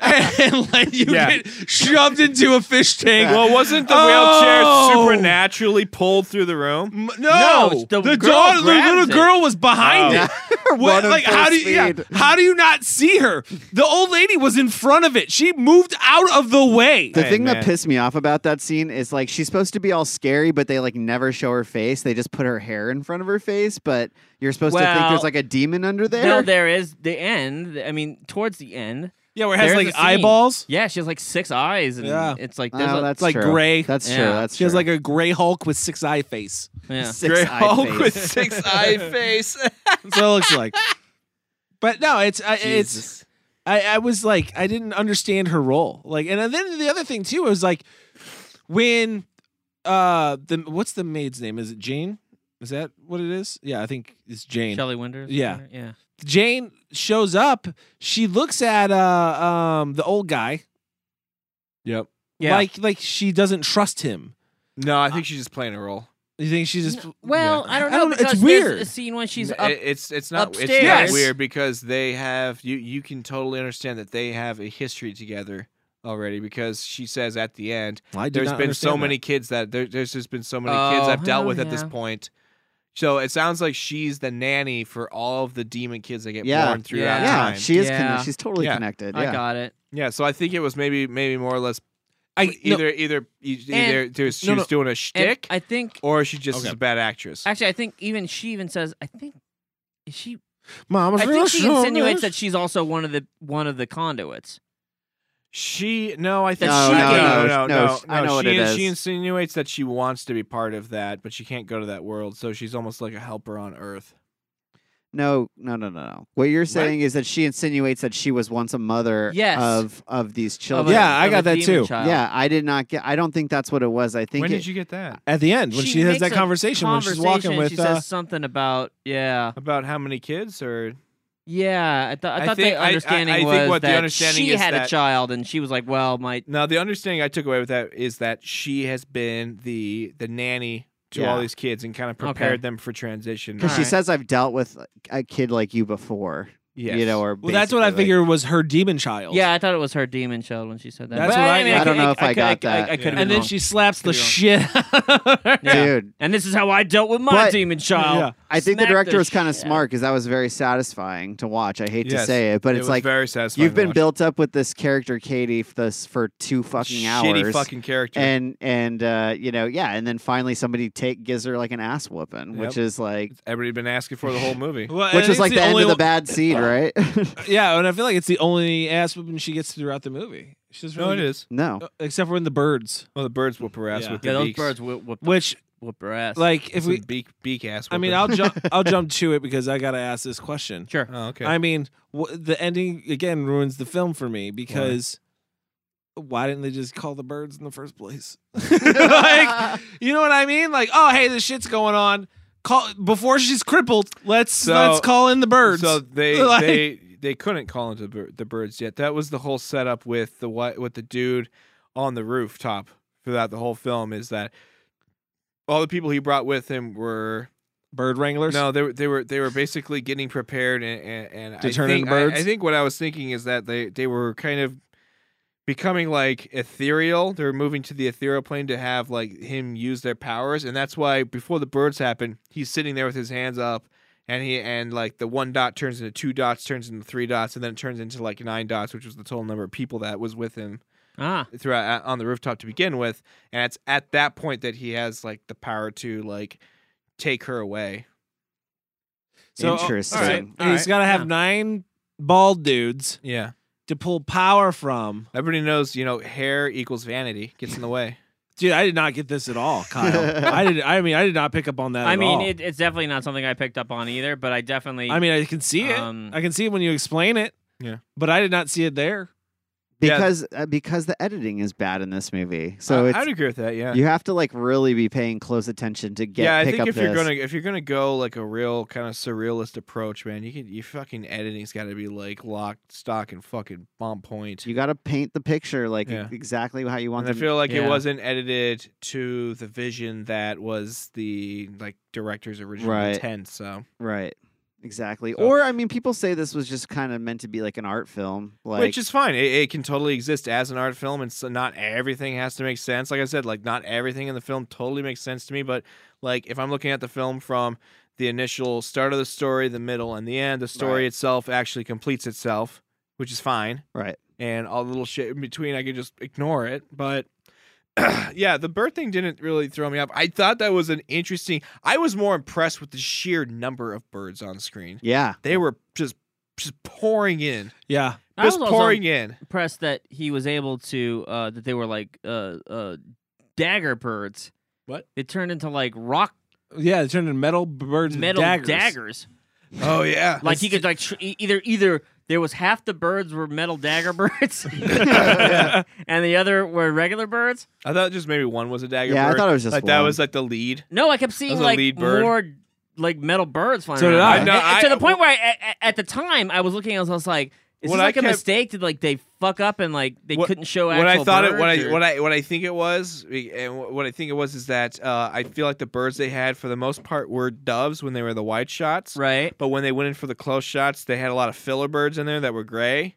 Speaker 1: and let you
Speaker 2: Yeah.
Speaker 1: get shoved into a fish tank.
Speaker 2: Well, wasn't the
Speaker 1: Oh!
Speaker 2: wheelchair supernaturally pulled through the room?
Speaker 1: M- no,
Speaker 8: No,
Speaker 1: the,
Speaker 8: the girl
Speaker 1: daughter, the
Speaker 8: grabs
Speaker 1: little
Speaker 8: it.
Speaker 1: girl was behind
Speaker 2: Oh.
Speaker 1: it. What,
Speaker 9: Running
Speaker 1: like
Speaker 9: full
Speaker 1: how do you yeah,
Speaker 9: speed.
Speaker 1: how do you not see her? The old lady was in front of it. She moved out of the way.
Speaker 9: The
Speaker 2: Hey,
Speaker 9: thing
Speaker 2: man.
Speaker 9: that pissed me off about that scene is like she's supposed to be all scary, but they like never show her face. They just put her hair in front of her face, but you're supposed to think
Speaker 8: Well,
Speaker 9: there's like a demon under there.
Speaker 8: No, there is the end. I mean, towards the end.
Speaker 1: yeah, where it has
Speaker 8: There's a
Speaker 1: like
Speaker 8: scene.
Speaker 1: eyeballs.
Speaker 8: Yeah, she has like six eyes, and
Speaker 1: Yeah.
Speaker 8: it's like
Speaker 9: Oh,
Speaker 8: there's a,
Speaker 9: that's
Speaker 1: like
Speaker 9: true.
Speaker 1: gray.
Speaker 9: That's
Speaker 8: Yeah.
Speaker 9: true. That's
Speaker 1: She has
Speaker 9: true.
Speaker 1: like a gray Hulk with six eye face.
Speaker 8: yeah.
Speaker 9: six
Speaker 2: Grey
Speaker 9: eye
Speaker 2: Hulk
Speaker 9: face.
Speaker 2: with six eye face.
Speaker 1: That's what it looks like. But no, it's uh, it's I, I was like, I didn't understand her role. Like, and then the other thing too was like, when, uh, the what's the maid's name? Is it Jane? Is that what it is? Yeah, I think it's Jane.
Speaker 8: Shelley Winters.
Speaker 1: Yeah.
Speaker 8: yeah.
Speaker 1: Jane shows up. She looks at uh um the old guy. Yep.
Speaker 8: Yeah.
Speaker 1: Like like she doesn't trust him.
Speaker 2: No, I think she's just playing a role.
Speaker 1: You think she just?
Speaker 8: Well,
Speaker 1: yeah.
Speaker 8: I don't know. because
Speaker 1: It's
Speaker 8: there's
Speaker 1: weird.
Speaker 8: A scene when she's
Speaker 2: N-
Speaker 8: up.
Speaker 2: it- it's it's not it's not
Speaker 8: upstairs.
Speaker 2: weird because they have you you can totally understand that they have a history together already because she says at the end
Speaker 1: I did
Speaker 2: there's
Speaker 1: not
Speaker 2: been so
Speaker 1: understand
Speaker 2: many kids that there, there's just been so many kids
Speaker 8: Oh,
Speaker 2: I've dealt
Speaker 8: oh,
Speaker 2: with at this
Speaker 8: yeah.
Speaker 2: point. So it sounds like she's the nanny for all of the demon kids that get
Speaker 9: Yeah.
Speaker 2: born
Speaker 8: Yeah.
Speaker 2: throughout
Speaker 9: yeah,
Speaker 2: time.
Speaker 9: she is.
Speaker 8: Yeah.
Speaker 9: Conne- she's totally
Speaker 2: Yeah.
Speaker 9: connected.
Speaker 8: I
Speaker 9: Yeah.
Speaker 8: got it.
Speaker 2: yeah, so I think it was maybe maybe more or less e-,
Speaker 1: I no,
Speaker 2: either either e-, either there's she
Speaker 1: no,
Speaker 2: was
Speaker 1: no.
Speaker 2: doing a
Speaker 8: And
Speaker 2: shtick
Speaker 8: I think.
Speaker 2: or she just
Speaker 1: Okay.
Speaker 2: is a bad actress.
Speaker 8: Actually, I think even she even says. I think. Is she?
Speaker 1: Mom,
Speaker 8: I think she insinuates that she's also one of the one of the conduits.
Speaker 2: She no, I think
Speaker 8: That
Speaker 2: she
Speaker 8: she
Speaker 2: no, no,
Speaker 8: gave.
Speaker 2: no, no,
Speaker 9: No,
Speaker 2: no,
Speaker 9: sh- I know what
Speaker 2: she,
Speaker 9: it is.
Speaker 2: She insinuates that she wants to be part of that, but she can't go to that world, so she's almost like a helper on Earth.
Speaker 9: No, no, no, no, no. What you're saying is that she insinuates that she was once a mother
Speaker 8: Yes.
Speaker 9: of of these
Speaker 8: Of
Speaker 9: children.
Speaker 8: a-
Speaker 1: Yeah, I
Speaker 8: of
Speaker 1: got
Speaker 8: a
Speaker 1: that
Speaker 8: demon
Speaker 1: too.
Speaker 8: child.
Speaker 9: Yeah, I did not get. I don't think that's what it was. I think
Speaker 2: When
Speaker 9: it,
Speaker 2: did you get that?
Speaker 1: at the end when she, has
Speaker 8: makes
Speaker 1: that
Speaker 8: a
Speaker 1: conversation, when she's walking
Speaker 8: conversation,
Speaker 1: with
Speaker 8: She
Speaker 1: uh,
Speaker 8: says something about yeah,
Speaker 2: About how many kids or
Speaker 8: yeah. I, thought
Speaker 2: I
Speaker 8: I thought
Speaker 2: think-
Speaker 8: the
Speaker 2: I- I-
Speaker 8: understanding
Speaker 2: I think
Speaker 8: was
Speaker 2: what the
Speaker 8: that
Speaker 2: understanding
Speaker 8: she
Speaker 2: is
Speaker 8: had
Speaker 2: that-
Speaker 8: a child, and she was like, "Well, my
Speaker 2: now the understanding I took away with that is that she has been the the nanny to all
Speaker 9: Yeah.
Speaker 2: these kids and kind of prepared
Speaker 8: Okay.
Speaker 2: them for transition.
Speaker 9: Because she
Speaker 8: Alright.
Speaker 9: says I've dealt with a kid like you before.
Speaker 2: Yes.
Speaker 9: You know, or
Speaker 1: uh, well, that's what I
Speaker 9: basically, like-
Speaker 1: figured was her demon child.
Speaker 8: Yeah, I thought it was her demon child when she said that.
Speaker 1: That's
Speaker 8: But
Speaker 1: what I-
Speaker 8: mean,
Speaker 1: I
Speaker 9: don't
Speaker 8: could-
Speaker 9: know if I
Speaker 8: could-
Speaker 9: got
Speaker 8: could- I,
Speaker 9: that.
Speaker 8: could have
Speaker 1: and then she slaps the shit. out of her.
Speaker 8: Yeah.
Speaker 9: Dude,
Speaker 8: And this is how I dealt with my
Speaker 9: But-
Speaker 8: demon child.
Speaker 1: Yeah.
Speaker 9: I think the
Speaker 8: Smack
Speaker 9: director was kind of
Speaker 8: shit.
Speaker 9: smart because that was very satisfying to watch. I hate
Speaker 2: Yes.
Speaker 9: to say it, but
Speaker 2: It
Speaker 9: it's
Speaker 2: was
Speaker 9: like
Speaker 2: very satisfying.
Speaker 9: you've
Speaker 2: to
Speaker 9: been
Speaker 2: watch.
Speaker 9: built up with this character Katie for this for two fucking
Speaker 2: shitty
Speaker 9: hours.
Speaker 2: fucking character.
Speaker 9: and and uh, you know yeah, and then finally somebody take gives her like an ass whooping, which
Speaker 2: Yep. Uh,
Speaker 9: is like
Speaker 2: Everybody been asking for the whole movie.
Speaker 1: Well, and
Speaker 9: which
Speaker 1: it's
Speaker 9: is like the, end
Speaker 1: only
Speaker 9: of the
Speaker 1: one-
Speaker 9: bad seed, right?
Speaker 1: Yeah, and I feel like it's the only ass whooping she gets throughout the movie. She's
Speaker 2: no,
Speaker 1: really uh,
Speaker 2: it is.
Speaker 9: no,
Speaker 1: except for in the birds,
Speaker 2: Well, the birds whoop her ass
Speaker 1: Yeah.
Speaker 2: with
Speaker 8: Yeah,
Speaker 2: their
Speaker 8: those
Speaker 2: beaks.
Speaker 8: birds whoop, whoop,
Speaker 1: which
Speaker 8: whoop her ass.
Speaker 1: like if
Speaker 2: Some
Speaker 1: we.
Speaker 2: beak beak ass.
Speaker 1: I mean,
Speaker 2: whooping.
Speaker 1: I'll jump. I'll jump to it because I gotta ask this question.
Speaker 8: sure.
Speaker 2: Oh, okay.
Speaker 1: I mean, w- the ending again ruins the film for me because why didn't they just call the birds in the first place? like, you know what I mean? Like, oh, hey, this shit's going on. Call before she's crippled. Let's
Speaker 2: So-
Speaker 1: let's call in the birds.
Speaker 2: So they
Speaker 1: Like-
Speaker 2: they they couldn't call into the, bir- the birds yet. That was the whole setup with the what with the dude on the rooftop throughout the whole film is that all the people he brought with him were
Speaker 1: Bird wranglers.
Speaker 2: no they were they were they were basically getting prepared and and, and
Speaker 1: To
Speaker 2: I
Speaker 1: turn
Speaker 2: think,
Speaker 1: into birds?
Speaker 2: I, I think what I was thinking is that they they were kind of becoming like ethereal. They were moving to the ethereal plane to have like him use their powers, and that's why before the birds happen, he's sitting there with his hands up, and he and like the one dot turns into two dots, turns into three dots, and then it turns into like nine dots, which was the total number of people that was with him
Speaker 8: Ah,
Speaker 2: throughout on the rooftop to begin with. And it's at that point that he has like the power to like take her away.
Speaker 1: So,
Speaker 9: Interesting.
Speaker 1: all right, he's gotta have
Speaker 8: yeah.
Speaker 1: nine bald dudes
Speaker 2: Yeah.
Speaker 1: to pull power from.
Speaker 2: Everybody knows, you know, hair equals vanity gets in the way.
Speaker 1: Dude, I did not get this at all, Kyle. I did. I mean, I did not pick up on that.
Speaker 8: Ah. I
Speaker 1: at
Speaker 8: mean,
Speaker 1: all.
Speaker 8: it, it's definitely not something I picked up on either, but I definitely.
Speaker 1: I mean, I can see it.
Speaker 8: Um,
Speaker 1: I can see it when you explain it.
Speaker 2: Yeah.
Speaker 1: But I did not see it there.
Speaker 2: Yeah.
Speaker 9: because uh, because the editing is bad in this movie, so
Speaker 2: I-
Speaker 9: it's
Speaker 2: I'd agree with that. Yeah.
Speaker 9: you have to like really be paying close attention to get
Speaker 2: yeah, I
Speaker 9: pick
Speaker 2: think
Speaker 9: up
Speaker 2: if
Speaker 9: this.
Speaker 2: you're gonna if you're gonna go like a real kind of surrealist approach, man, you can you fucking editing's got to be like locked, stock, and fucking on point.
Speaker 9: you got to paint the picture like
Speaker 2: Yeah.
Speaker 9: exactly how you want
Speaker 2: And I
Speaker 9: them.
Speaker 2: feel like it
Speaker 8: Yeah.
Speaker 2: wasn't edited to the vision that was the like director's original
Speaker 9: Right.
Speaker 2: intent. So,
Speaker 9: right. Exactly.
Speaker 2: So-
Speaker 9: Or I mean people say this was just kind of meant to be like an art film. Like
Speaker 2: which is fine. It, it can totally exist as an art film, and so not everything has to make sense. Like I said, like not everything in the film totally makes sense to me. But like if I'm looking at the film from the initial start of the story, the middle, and the end, the story
Speaker 9: Right.
Speaker 2: itself actually completes itself, which is fine.
Speaker 9: right.
Speaker 2: and all the little shit in between I could just ignore it. But yeah, the bird thing didn't really throw me off. I thought that was an interesting I was more impressed with the sheer number of birds on screen.
Speaker 9: Yeah.
Speaker 2: They were just just pouring in.
Speaker 1: Yeah.
Speaker 8: I was
Speaker 2: Just
Speaker 8: also
Speaker 2: pouring in.
Speaker 8: impressed that he was able to, uh, that they were like uh, uh, dagger birds.
Speaker 2: What?
Speaker 8: It turned into like rock
Speaker 1: Yeah, they turned into metal birds
Speaker 8: metal
Speaker 1: with daggers.
Speaker 8: daggers.
Speaker 2: Oh yeah.
Speaker 8: Like he could like tr- e- either either there was half the birds were metal dagger birds, and the other were regular birds.
Speaker 2: I thought just maybe one was a dagger.
Speaker 9: Yeah, I
Speaker 2: bird.
Speaker 9: thought it was just
Speaker 2: like that
Speaker 9: one.
Speaker 2: was like the lead.
Speaker 8: No, I kept
Speaker 2: That
Speaker 8: seeing
Speaker 2: was a
Speaker 8: like
Speaker 2: lead bird.
Speaker 8: more like metal birds flying.
Speaker 1: So did
Speaker 8: around.
Speaker 1: I.
Speaker 8: And-
Speaker 2: No,
Speaker 8: and
Speaker 2: I-
Speaker 8: to the point where I, at, at the time I was looking, I was, I was like, "Is
Speaker 2: What
Speaker 8: this
Speaker 2: I
Speaker 8: like a
Speaker 2: kept-
Speaker 8: mistake? Did like they fuck up and like they
Speaker 2: What-
Speaker 8: couldn't show
Speaker 2: What
Speaker 8: Oh, actual
Speaker 2: I thought it,
Speaker 8: birds,
Speaker 2: what I
Speaker 8: or-
Speaker 2: what I what I think it was, and wh- what I think it was is that uh, I feel like the birds they had for the most part were doves when they were the wide shots,
Speaker 8: right?
Speaker 2: But when they went in for the close shots, they had a lot of filler birds in there that were gray.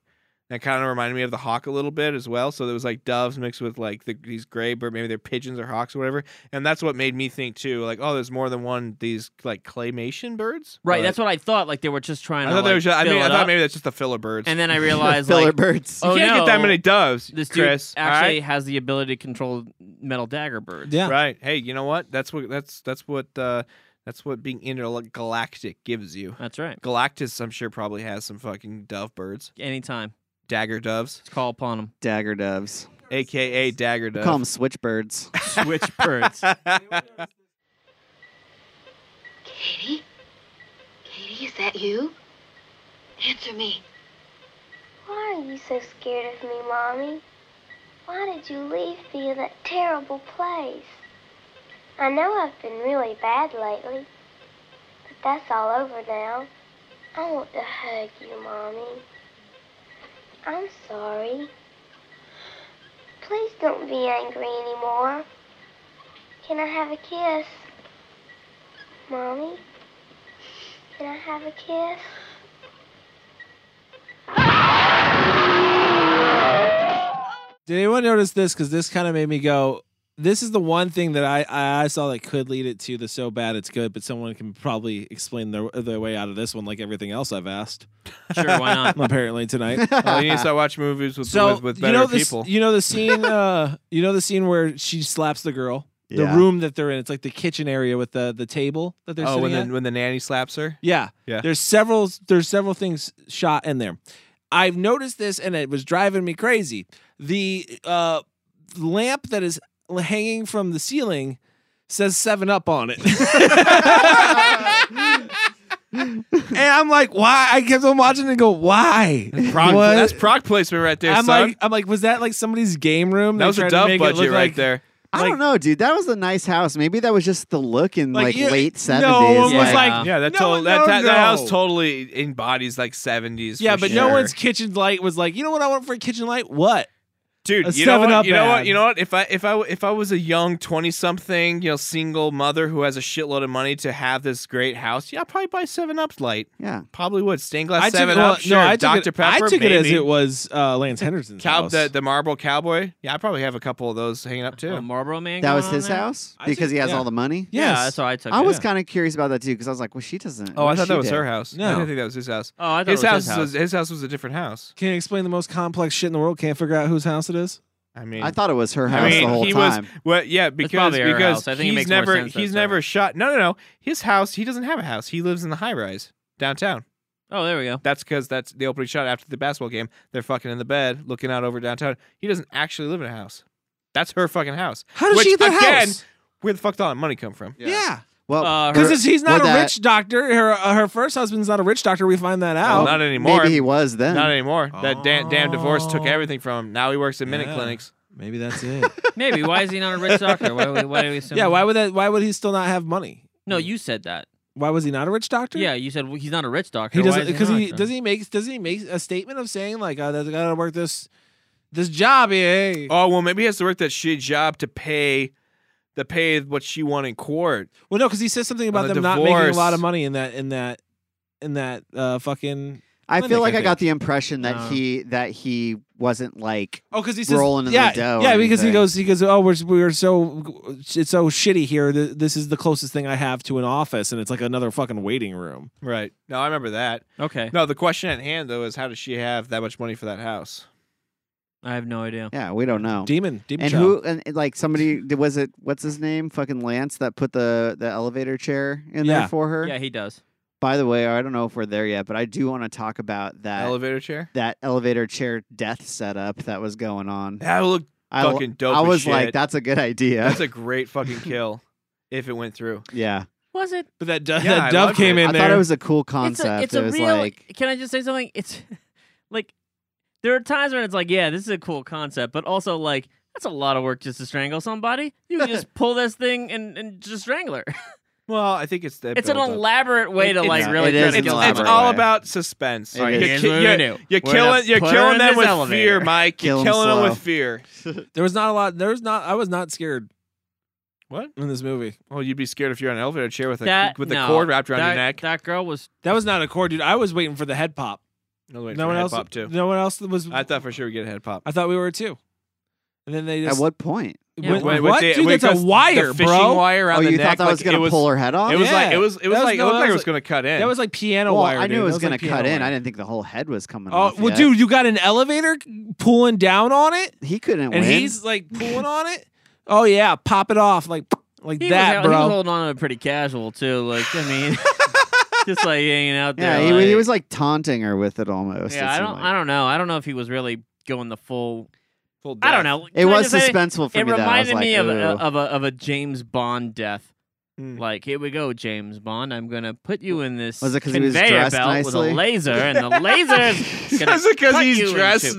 Speaker 2: That kind of reminded me of the hawk a little bit as well. So there was like doves mixed with like the, these gray bird, maybe they're pigeons or hawks or whatever. And that's what made me think too, like oh, there's more than one these like claymation birds.
Speaker 8: Right,
Speaker 9: Oh,
Speaker 2: But
Speaker 8: that's what I thought. Like they were just trying to.
Speaker 2: I thought.
Speaker 8: like,
Speaker 2: they were just, I
Speaker 8: fill
Speaker 2: mean, I
Speaker 8: it
Speaker 2: thought
Speaker 8: up.
Speaker 2: maybe that's just the filler birds.
Speaker 8: And then I realized,
Speaker 9: filler
Speaker 8: like,
Speaker 9: birds.
Speaker 8: oh
Speaker 2: you can't
Speaker 8: no,
Speaker 2: get that many doves,
Speaker 8: This dude
Speaker 2: Chris. all
Speaker 8: actually
Speaker 2: right?
Speaker 8: has the ability to control metal dagger birds.
Speaker 1: Yeah.
Speaker 2: Right. Hey, you know what? That's what that's that's what uh that's what being intergalactic gives you.
Speaker 8: that's right.
Speaker 2: Galactus, I'm sure, probably has some fucking dove birds,
Speaker 8: Anytime,
Speaker 2: dagger doves,
Speaker 8: just call upon them.
Speaker 9: Dagger doves.
Speaker 2: aka dagger
Speaker 9: We
Speaker 2: dove.
Speaker 9: call them switchbirds.
Speaker 8: Switch birds.
Speaker 10: Katie? Katie, is that you? Answer me.
Speaker 11: Why are you so scared of me, Mommy? Why did you leave me in that terrible place? I know I've been really bad lately, but that's all over now. I want to hug you, Mommy. I'm sorry. Please don't be angry anymore. Can I have a kiss? Mommy? Can I have a kiss?
Speaker 1: Did anyone notice this? Because this kind of made me go. This is the one thing that I, I I saw that could lead it to the so bad it's good, but someone can probably explain their their way out of this one, like everything else I've asked.
Speaker 8: sure, why not?
Speaker 1: Apparently tonight.
Speaker 2: Oh, you need to start watching movies with
Speaker 1: so
Speaker 2: with, with
Speaker 1: you
Speaker 2: better
Speaker 1: know this,
Speaker 2: people.
Speaker 1: you know the scene, uh, you know the scene where she slaps the girl,
Speaker 9: Yeah.
Speaker 1: the room that they're in. It's like the kitchen area with the the table that they're
Speaker 2: oh,
Speaker 1: sitting
Speaker 2: when
Speaker 1: at.
Speaker 2: the when the nanny slaps her.
Speaker 1: Yeah.
Speaker 2: Yeah.
Speaker 1: There's several there's several things shot in there. I've noticed this and it was driving me crazy. The uh lamp that is hanging from the ceiling says 7 up on it. and I'm like, "Why?" I kept on watching and go, "Why?"
Speaker 2: Prog,
Speaker 1: What?
Speaker 2: that's prog placement right there,
Speaker 1: I'm
Speaker 2: son.
Speaker 1: like I'm like, "Was that like somebody's game room?"
Speaker 2: that
Speaker 1: They
Speaker 2: was a
Speaker 1: tried to
Speaker 2: dove
Speaker 1: make it
Speaker 2: budget
Speaker 1: look
Speaker 2: right
Speaker 1: like-
Speaker 2: there.
Speaker 9: I don't know, dude. That was a nice house. Maybe that was just the look in like,
Speaker 1: you-
Speaker 9: late
Speaker 1: No,
Speaker 9: seventies.
Speaker 1: one was
Speaker 8: Yeah.
Speaker 1: like,
Speaker 2: Yeah, that
Speaker 1: No,
Speaker 2: total- that,
Speaker 1: no,
Speaker 2: that, that
Speaker 1: no.
Speaker 2: house totally embodies like 70s.
Speaker 1: Yeah,
Speaker 2: for
Speaker 1: but no
Speaker 2: sure.
Speaker 1: one's kitchen light was like, "You know what I want for a kitchen light?" What?
Speaker 2: Dude,
Speaker 1: A
Speaker 2: you know
Speaker 1: 7
Speaker 2: what?
Speaker 1: Up
Speaker 2: you know what?
Speaker 1: ad.
Speaker 2: You know what? If I if I if I was a young twenty something, you know, single mother who has a shitload of money to have this great house, yeah, I'd probably buy Seven Up light.
Speaker 9: yeah.
Speaker 2: Probably would stained glass
Speaker 1: I took,
Speaker 2: Seven
Speaker 1: well,
Speaker 2: Up. Sure,
Speaker 1: no, I took
Speaker 2: Dr
Speaker 1: it,
Speaker 2: Pepper.
Speaker 1: I took it as
Speaker 2: maybe.
Speaker 1: it was uh, Lance Henderson's
Speaker 2: Cow,
Speaker 1: house.
Speaker 2: the, the marble cowboy. Yeah, I probably have a couple of those hanging up too.
Speaker 8: A Marlboro man.
Speaker 9: That
Speaker 8: going
Speaker 9: was
Speaker 8: on
Speaker 9: his
Speaker 8: there?
Speaker 9: house
Speaker 1: I
Speaker 9: because
Speaker 1: think-
Speaker 9: he has
Speaker 1: yeah.
Speaker 9: all the money.
Speaker 8: Yeah,
Speaker 1: Yes.
Speaker 8: that's how I took.
Speaker 9: I
Speaker 8: it.
Speaker 9: was
Speaker 8: Yeah.
Speaker 9: kind of curious about that too because I was like, well, she doesn't.
Speaker 2: Oh, I
Speaker 9: what
Speaker 2: thought
Speaker 9: she
Speaker 2: that was
Speaker 9: did?
Speaker 2: her house.
Speaker 1: No.
Speaker 2: I didn't think that was his house.
Speaker 8: Oh, I thought
Speaker 2: his
Speaker 8: it was
Speaker 2: house,
Speaker 8: his house.
Speaker 2: Was, his house was a different house.
Speaker 1: Can you explain the most complex shit in the world? Can't figure out whose house it is.
Speaker 2: I mean,
Speaker 9: I thought it was her house
Speaker 2: I mean,
Speaker 9: the whole
Speaker 2: he
Speaker 9: time.
Speaker 2: was well, yeah, because
Speaker 8: probably her
Speaker 2: because
Speaker 8: house. I think it
Speaker 2: he's
Speaker 8: makes more
Speaker 2: never
Speaker 8: sense
Speaker 2: he's
Speaker 8: that
Speaker 2: never
Speaker 8: way.
Speaker 2: shot. No, no, no. His house, he doesn't have a house. He lives in the high rise downtown.
Speaker 8: Oh, there we go.
Speaker 2: That's because that's the opening shot after the basketball game. They're fucking in the bed, looking out over downtown. He doesn't actually live in a house. That's her fucking house.
Speaker 1: How does
Speaker 2: Which,
Speaker 1: she get that
Speaker 2: again,
Speaker 1: house?
Speaker 2: Where the fuck did all that money come from?
Speaker 1: Yeah,
Speaker 9: well,
Speaker 8: Uh,
Speaker 1: because
Speaker 9: her-
Speaker 1: he's not
Speaker 9: well,
Speaker 1: a
Speaker 9: that-
Speaker 1: rich doctor. Her uh, her first husband's not a rich doctor. We find that out.
Speaker 2: Well, not anymore.
Speaker 9: Maybe he was then.
Speaker 2: Not anymore. That damn, damn divorce took
Speaker 1: Oh.
Speaker 2: everything from him. Now he works at minute
Speaker 1: Yeah.
Speaker 2: clinics.
Speaker 1: Maybe that's it.
Speaker 8: Maybe why is he not a rich doctor? Why, why, why do we assume?
Speaker 1: yeah, why would that? Why would he still not have money?
Speaker 8: No, you said that.
Speaker 1: Why was he not a rich doctor?
Speaker 8: Yeah, you said well, he's not a rich doctor.
Speaker 1: he
Speaker 8: Why
Speaker 1: doesn't
Speaker 8: is
Speaker 1: because
Speaker 8: not?
Speaker 1: he does he make does he make a statement of saying like uh, that I gotta work this this job. Yeah,
Speaker 2: Oh well, maybe he has to work that shitty job to pay, to pay what she won in court.
Speaker 1: Well, no, because he says something about
Speaker 2: the
Speaker 1: them not making a
Speaker 2: divorce.
Speaker 1: lot of money in that in that in that uh, fucking.
Speaker 9: I
Speaker 1: Clinic,
Speaker 9: feel like
Speaker 1: I
Speaker 9: I got the impression that
Speaker 8: Uh.
Speaker 9: he that he wasn't like
Speaker 1: Oh, because he says
Speaker 9: Rolling in the
Speaker 1: yeah,
Speaker 9: dough
Speaker 1: Yeah,
Speaker 9: or
Speaker 1: because he
Speaker 9: anything.
Speaker 1: goes, he goes. Oh, we're we're so it's so shitty here. Th- This is the closest thing I have to an office, and it's like another fucking waiting room.
Speaker 2: Right. No, I remember that.
Speaker 8: Okay,
Speaker 2: No, the question at hand though is how does she have that much money for that house?
Speaker 8: I have no idea.
Speaker 9: yeah, we don't know.
Speaker 1: Demon, demon.
Speaker 9: and
Speaker 1: child.
Speaker 9: who and and, like somebody was it what's his name fucking Lance that put the the elevator chair in
Speaker 1: Yeah.
Speaker 9: there for her.
Speaker 8: Yeah, he does.
Speaker 9: By the way, I don't know if we're there yet, but I do want to talk about that
Speaker 2: Elevator chair.
Speaker 9: that elevator chair death setup that was going on.
Speaker 2: That would look
Speaker 9: I l-
Speaker 2: fucking dope
Speaker 9: I
Speaker 2: as
Speaker 9: was like,
Speaker 2: shit.
Speaker 9: that's a good idea.
Speaker 2: That's a great fucking kill if it went through.
Speaker 9: yeah,
Speaker 8: Was it?
Speaker 1: But that do-
Speaker 2: Yeah, I
Speaker 1: that dove
Speaker 2: loved
Speaker 1: came
Speaker 2: it.
Speaker 1: in
Speaker 9: I
Speaker 1: there.
Speaker 9: thought it was a cool concept.
Speaker 8: It's a, it's a
Speaker 9: was
Speaker 8: real.
Speaker 9: like
Speaker 8: can I just say something? It's like there are times when it's like, yeah, this is a cool concept, but also like that's a lot of work just to strangle somebody. You can just pull this thing and, and just strangle her.
Speaker 2: Well, I think it's that
Speaker 8: it's an
Speaker 2: build-up.
Speaker 8: elaborate way to
Speaker 2: It-
Speaker 8: like
Speaker 2: it's-
Speaker 8: really
Speaker 2: it is
Speaker 8: try to
Speaker 2: an
Speaker 8: kill
Speaker 2: elaborate
Speaker 8: somebody.
Speaker 2: It's all way. about suspense.
Speaker 8: All right,
Speaker 2: You're
Speaker 8: here's
Speaker 2: ki-
Speaker 8: what we're
Speaker 2: you're-
Speaker 8: gonna do. We're
Speaker 2: you're
Speaker 8: gonna
Speaker 2: killing- you're
Speaker 8: put her
Speaker 2: killing
Speaker 8: in
Speaker 2: them
Speaker 8: this
Speaker 2: with
Speaker 8: elevator.
Speaker 2: fear, Mike. You're
Speaker 9: Kill 'em
Speaker 2: killing them
Speaker 9: slow.
Speaker 2: with fear.
Speaker 1: There was not a lot. There was not. I was not scared
Speaker 2: What?
Speaker 1: in this movie.
Speaker 2: Well, you'd be scared if you're on an elevator chair with a
Speaker 8: That-
Speaker 2: with a
Speaker 8: no,
Speaker 2: cord wrapped around
Speaker 8: that,
Speaker 2: your neck.
Speaker 8: That girl was
Speaker 1: That was not a core, dude. I was waiting for the head pop.
Speaker 2: No, wait,
Speaker 1: No
Speaker 2: for a
Speaker 1: one
Speaker 2: head
Speaker 1: else.
Speaker 2: pop too.
Speaker 1: No one else was.
Speaker 2: I thought for sure we'd get a head pop.
Speaker 1: I thought we were too. And then they
Speaker 9: At
Speaker 1: just
Speaker 9: what point?
Speaker 8: Yeah,
Speaker 1: Wait,
Speaker 2: Wait, with
Speaker 1: what?
Speaker 2: the-
Speaker 1: dude,
Speaker 2: wait,
Speaker 1: that's
Speaker 2: 'cause
Speaker 1: a wire,
Speaker 2: the fishing
Speaker 1: bro.
Speaker 2: wire around
Speaker 9: Oh,
Speaker 2: the
Speaker 9: you
Speaker 2: neck.
Speaker 9: thought that
Speaker 2: like,
Speaker 9: was gonna
Speaker 2: it
Speaker 9: pull her head off?
Speaker 2: It was like
Speaker 1: Yeah.
Speaker 2: it was it
Speaker 1: That
Speaker 2: was
Speaker 1: was-
Speaker 2: like it
Speaker 1: no,
Speaker 2: looked
Speaker 1: that
Speaker 2: like it
Speaker 1: was
Speaker 2: was
Speaker 1: like-
Speaker 2: gonna cut in.
Speaker 1: That was like piano
Speaker 9: well,
Speaker 1: wire.
Speaker 9: I knew
Speaker 1: dude.
Speaker 9: it was,
Speaker 1: That
Speaker 9: gonna
Speaker 1: like
Speaker 9: cut
Speaker 1: piano
Speaker 9: in.
Speaker 1: wire.
Speaker 9: I didn't think the whole head was coming
Speaker 1: Oh
Speaker 9: off.
Speaker 1: well,
Speaker 9: yet.
Speaker 1: dude, you got an elevator pulling down on it,
Speaker 9: he couldn't
Speaker 1: and
Speaker 9: win.
Speaker 1: he's like pulling on it. Oh yeah, pop it off like like
Speaker 8: he
Speaker 1: that,
Speaker 8: was, out-
Speaker 1: bro.
Speaker 8: He was holding on to it pretty casual too. Like I mean, just like hanging out
Speaker 9: yeah,
Speaker 8: there.
Speaker 9: he, wa-
Speaker 8: like,
Speaker 9: he was like taunting her with it almost.
Speaker 8: Yeah,
Speaker 9: it
Speaker 8: I
Speaker 9: seemed
Speaker 8: don't.
Speaker 9: like.
Speaker 8: I don't know. I don't know if he was really going the full.
Speaker 2: Full
Speaker 8: I
Speaker 2: death.
Speaker 8: don't know.
Speaker 9: It
Speaker 8: Can I
Speaker 9: was
Speaker 8: just say-
Speaker 9: suspenseful for
Speaker 8: It
Speaker 9: me. though. I was
Speaker 8: reminded
Speaker 9: like,
Speaker 8: me of, uh, a,
Speaker 9: "Ooh."
Speaker 8: of a of a James Bond death.
Speaker 2: Hmm.
Speaker 8: Like here we go, James Bond. I'm gonna put you in this
Speaker 9: Was it 'cause he was
Speaker 8: conveyor
Speaker 9: dressed
Speaker 8: belt
Speaker 9: nicely?
Speaker 8: with a laser, and the laser is gonna
Speaker 2: Is it
Speaker 8: cut
Speaker 2: because he's
Speaker 8: you
Speaker 2: dressed
Speaker 8: into-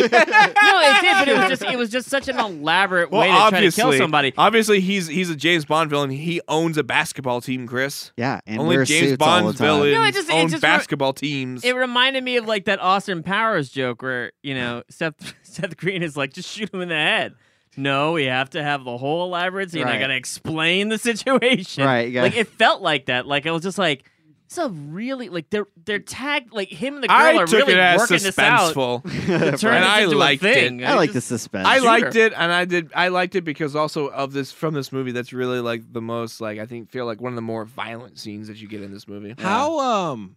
Speaker 8: No, it did, but it was just it was just such an elaborate
Speaker 2: well,
Speaker 8: way to try to
Speaker 2: obviously,
Speaker 8: kill somebody.
Speaker 2: obviously he's he's a James Bond villain. He owns a basketball team, Chris.
Speaker 9: yeah, and
Speaker 2: Only
Speaker 9: wears
Speaker 2: James
Speaker 9: suits all the
Speaker 2: Bond's
Speaker 9: time.
Speaker 2: villains
Speaker 8: No, it just- it
Speaker 2: own
Speaker 8: just re-
Speaker 2: basketball teams.
Speaker 8: It reminded me of like that Austin Powers joke where you know Seth Seth Green is like, just shoot him in the head. No, we have to have the whole elaborate scene. I
Speaker 9: Right.
Speaker 8: gotta explain the situation.
Speaker 9: Right, yeah.
Speaker 8: Like it felt like that. Like I was just like, it's a really like they're they're tagged like him and the girl
Speaker 2: I
Speaker 8: are
Speaker 2: took
Speaker 8: really
Speaker 2: it as
Speaker 8: working this out.
Speaker 2: suspenseful.
Speaker 8: To turn
Speaker 2: And
Speaker 8: this
Speaker 2: I
Speaker 8: into
Speaker 2: liked
Speaker 8: a
Speaker 2: it.
Speaker 8: thing.
Speaker 9: I like the
Speaker 8: just-
Speaker 9: suspense.
Speaker 2: I
Speaker 8: shooter.
Speaker 2: liked it, and I did. I liked it because also of this from this movie. That's really like the most like I think feel like one of the more violent scenes that you get in this movie.
Speaker 1: how um?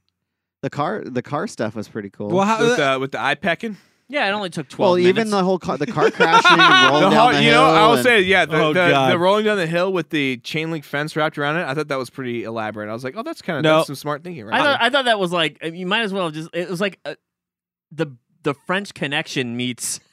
Speaker 9: the car. The car stuff was pretty cool.
Speaker 1: Well, how uh,
Speaker 2: with the with the eye pecking?
Speaker 8: Yeah, it only took twelve.
Speaker 9: well, even
Speaker 8: minutes.
Speaker 9: the whole car, the car crashing, and
Speaker 2: The
Speaker 9: rolling down
Speaker 2: whole-
Speaker 9: the
Speaker 2: you
Speaker 9: hill
Speaker 2: know, I will
Speaker 9: and-
Speaker 2: say, yeah, the,
Speaker 1: Oh,
Speaker 2: the,
Speaker 1: God.
Speaker 2: the rolling down the hill with the chain link fence wrapped around it. I thought that was pretty elaborate. I was like, oh, that's kind of
Speaker 1: No.
Speaker 2: that's some smart thinking, right?
Speaker 8: I thought
Speaker 2: there.
Speaker 8: I thought that was like uh, you might as well just it was like uh the the French Connection meets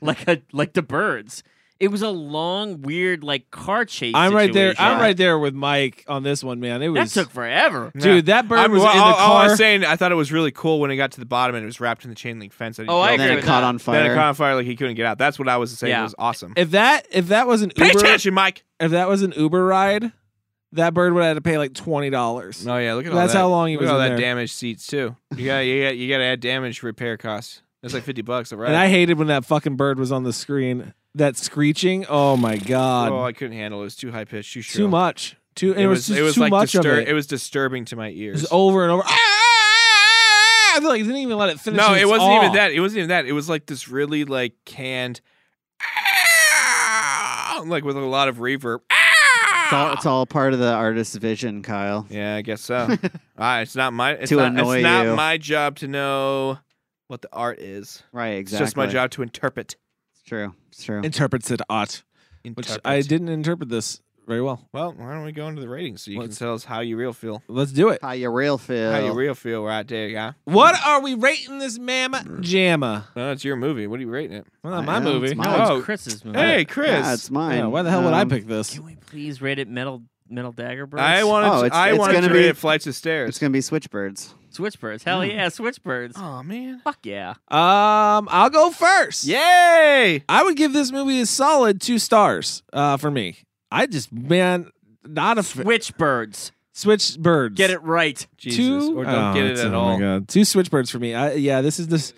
Speaker 8: like a like the birds. It was a long, weird like car chase.
Speaker 1: I'm right there.
Speaker 8: situation.
Speaker 1: I'm right there with Mike on this one, man. It
Speaker 8: That
Speaker 1: was
Speaker 8: took forever.
Speaker 1: dude. That bird
Speaker 2: I'm-
Speaker 1: was
Speaker 2: well,
Speaker 1: in the
Speaker 2: all, all I
Speaker 1: car.
Speaker 2: was saying, I thought it was really cool when it got to the bottom and it was wrapped in the chain link fence.
Speaker 8: Oh, I
Speaker 9: and
Speaker 8: agree
Speaker 9: then it
Speaker 8: with
Speaker 9: caught
Speaker 8: that.
Speaker 9: on
Speaker 2: Then it
Speaker 9: fire.
Speaker 2: caught on fire like he couldn't get out. That's what I was saying.
Speaker 8: Yeah.
Speaker 2: It was awesome.
Speaker 1: if that if that was an
Speaker 2: Pay
Speaker 1: Uber,
Speaker 2: attention, Mike.
Speaker 1: if that was an Uber ride, that bird would have had to pay like twenty dollars.
Speaker 2: Oh yeah, look at all
Speaker 1: That's
Speaker 2: that.
Speaker 1: how long he
Speaker 2: look
Speaker 1: was
Speaker 2: at all
Speaker 1: in
Speaker 2: that
Speaker 1: there.
Speaker 2: damaged seats too. You got you got you got to add damage repair costs. That's like fifty bucks, right?
Speaker 1: And I hated when that fucking bird was on the screen. That screeching. Oh my god.
Speaker 2: oh, I couldn't handle it. It was too high pitched, too shrill.
Speaker 1: too much. Too. It, was, just
Speaker 2: it was
Speaker 1: too
Speaker 2: like
Speaker 1: much
Speaker 2: distur-
Speaker 1: of it.
Speaker 2: it was disturbing to my
Speaker 1: It
Speaker 2: ears.
Speaker 1: was over and over. Ah! I feel like it didn't even let it finish.
Speaker 2: no,
Speaker 1: its
Speaker 2: it wasn't
Speaker 1: awe.
Speaker 2: even that. It wasn't even that. It was like this really like canned, like with a lot of reverb.
Speaker 9: It's all, it's all part of the artist's vision, Kyle.
Speaker 2: Yeah, I guess so. Ah, it's not my it's
Speaker 9: To
Speaker 2: not,
Speaker 9: annoy
Speaker 2: it's not
Speaker 9: you.
Speaker 2: my job to know what the art is.
Speaker 9: Right,
Speaker 2: It's
Speaker 9: exactly.
Speaker 2: just my job to interpret.
Speaker 9: It's true. It's true.
Speaker 1: Interprets it ought, which
Speaker 2: interpret.
Speaker 1: I didn't interpret this very well.
Speaker 2: Well, why don't we go into the ratings so you
Speaker 1: Let's-
Speaker 2: can tell us how you real feel.
Speaker 1: Let's do it.
Speaker 9: How you real feel?
Speaker 2: How you real feel right there, guy.
Speaker 1: What are we rating this mamma jamma?
Speaker 2: No, it's your movie. What are you rating it?
Speaker 1: Well,
Speaker 9: Mm. I
Speaker 1: not my
Speaker 9: am, it's
Speaker 1: movie.
Speaker 9: mine.
Speaker 8: No, it's
Speaker 2: Oh.
Speaker 8: Chris's movie.
Speaker 2: Hey, Chris.
Speaker 9: Yeah, it's mine.
Speaker 1: Yeah, why the hell would I
Speaker 9: Um,
Speaker 1: pick this?
Speaker 8: Can we please rate it metal metal dagger birds?
Speaker 2: I wanted.
Speaker 9: Oh,
Speaker 2: to,
Speaker 9: it's-
Speaker 2: I
Speaker 9: it's
Speaker 2: wanted
Speaker 9: gonna
Speaker 2: to rate
Speaker 9: be-
Speaker 2: it flights of stairs.
Speaker 9: It's gonna be switchbirds.
Speaker 8: switchbirds. Hell
Speaker 1: Mm.
Speaker 8: yeah, switchbirds.
Speaker 2: Oh man!
Speaker 8: Fuck yeah.
Speaker 1: Um, I'll go first.
Speaker 2: Yay!
Speaker 1: I would give this movie a solid two stars. Uh, for me, I just man, not a f-
Speaker 8: Switchbirds.
Speaker 1: switch birds.
Speaker 8: Get it right.
Speaker 2: Jesus,
Speaker 1: two
Speaker 2: or don't
Speaker 1: oh,
Speaker 2: get it
Speaker 1: it's-
Speaker 2: at
Speaker 1: oh my
Speaker 2: all.
Speaker 1: God. Two switchbirds for me. I, yeah, this is this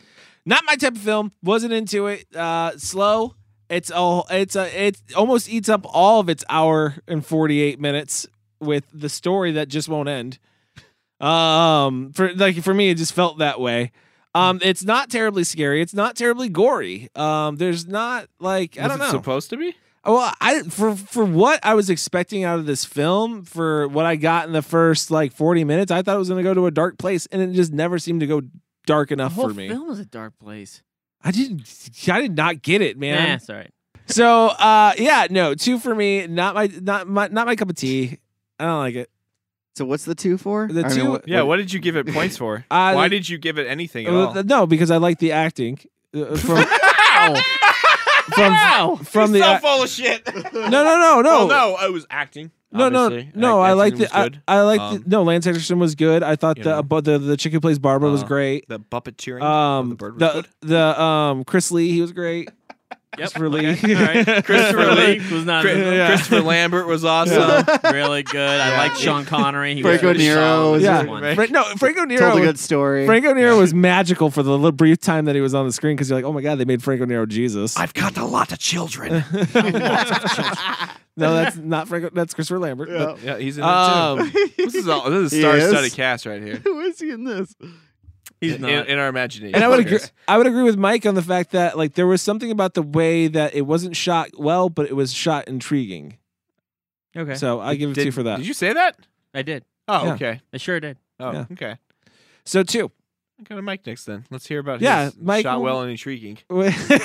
Speaker 1: not my type of film. Wasn't into it. Uh, slow. It's all. It's a. It almost eats up all of its hour and forty eight minutes with the story that just won't end. Um, for like for me, it just felt that way. Um, it's not terribly scary. It's not terribly gory. Um, there's not like I
Speaker 2: Was
Speaker 1: don't
Speaker 2: it
Speaker 1: know.
Speaker 2: supposed to be?
Speaker 1: Well, I for for what I was expecting out of this film, for what I got in the first like forty minutes, I thought it was going to go to a dark place, and it just never seemed to go dark
Speaker 8: The
Speaker 1: enough
Speaker 8: whole
Speaker 1: for me.
Speaker 8: film is a dark place.
Speaker 1: I didn't, I did not get it,
Speaker 8: Yeah,
Speaker 1: man.
Speaker 8: sorry.
Speaker 1: So, uh, yeah, no, two for me, not my, not my, not my cup of tea. I don't like it.
Speaker 9: So what's the two for?
Speaker 1: The
Speaker 9: I mean,
Speaker 1: two-
Speaker 9: what-
Speaker 2: Yeah. What did you give it points for?
Speaker 1: Uh,
Speaker 2: Why
Speaker 1: the-
Speaker 2: did you give it anything at all?
Speaker 1: Uh, No, because I like the acting uh, from
Speaker 8: Ow!
Speaker 1: from
Speaker 8: Ow!
Speaker 1: from the.
Speaker 2: so
Speaker 1: ac-
Speaker 2: full of shit.
Speaker 1: no, no, no, no.
Speaker 2: Well, no, I was acting.
Speaker 1: No, no,
Speaker 2: obviously.
Speaker 1: no. I, like
Speaker 2: Anthony
Speaker 1: the.
Speaker 2: was
Speaker 1: I,
Speaker 2: good.
Speaker 1: I like
Speaker 2: Um,
Speaker 1: the. No, Lance Anderson was good. I thought
Speaker 2: you
Speaker 1: the,
Speaker 2: know,
Speaker 1: but the the chick who plays Barbara was
Speaker 2: uh,
Speaker 1: great.
Speaker 2: The puppeteering. of
Speaker 1: Um,
Speaker 2: the bird was
Speaker 1: the
Speaker 2: good.
Speaker 1: the um Chris Lee, he was great. Christopher Lee.
Speaker 8: okay. All right. Christopher Lee was not-
Speaker 2: Chris-
Speaker 8: Yeah.
Speaker 2: Um, Christopher Lambert was awesome.
Speaker 8: really good. I like Sean Connery. He
Speaker 9: Franco
Speaker 8: was really
Speaker 9: Nero
Speaker 8: solid in
Speaker 9: was
Speaker 8: this
Speaker 9: a-
Speaker 8: one.
Speaker 1: Fra- no, Franco Nero
Speaker 9: Told a
Speaker 1: was-
Speaker 9: good story.
Speaker 1: Franco Nero was magical for the little brief time that he was on the screen because you're like, oh my god, they made Franco Nero Jesus.
Speaker 2: I've got a lot of children.
Speaker 1: no, that's not Franco. That's Christopher Lambert. but-
Speaker 2: yeah, he's in it
Speaker 1: Um,
Speaker 2: too. This is all. This is
Speaker 9: He
Speaker 2: star-studded
Speaker 9: is?
Speaker 2: cast right here.
Speaker 9: Who is he in this?
Speaker 8: He's
Speaker 2: In,
Speaker 8: not.
Speaker 2: in our imagination.
Speaker 1: and I would agree.
Speaker 2: Yes.
Speaker 1: I would agree with Mike on the fact that like there was something about the way that it wasn't shot well, but it was shot intriguing.
Speaker 8: okay.
Speaker 1: So I give it
Speaker 2: Did-
Speaker 1: two for that.
Speaker 2: Did you say that?
Speaker 8: I did.
Speaker 2: Oh,
Speaker 1: Yeah.
Speaker 2: okay.
Speaker 8: I sure did.
Speaker 2: Oh,
Speaker 1: Yeah.
Speaker 2: okay.
Speaker 1: so two.
Speaker 2: I got a Mike next then. Let's hear about
Speaker 1: Yeah,
Speaker 2: his
Speaker 1: Mike-
Speaker 2: shot well and intriguing.
Speaker 1: this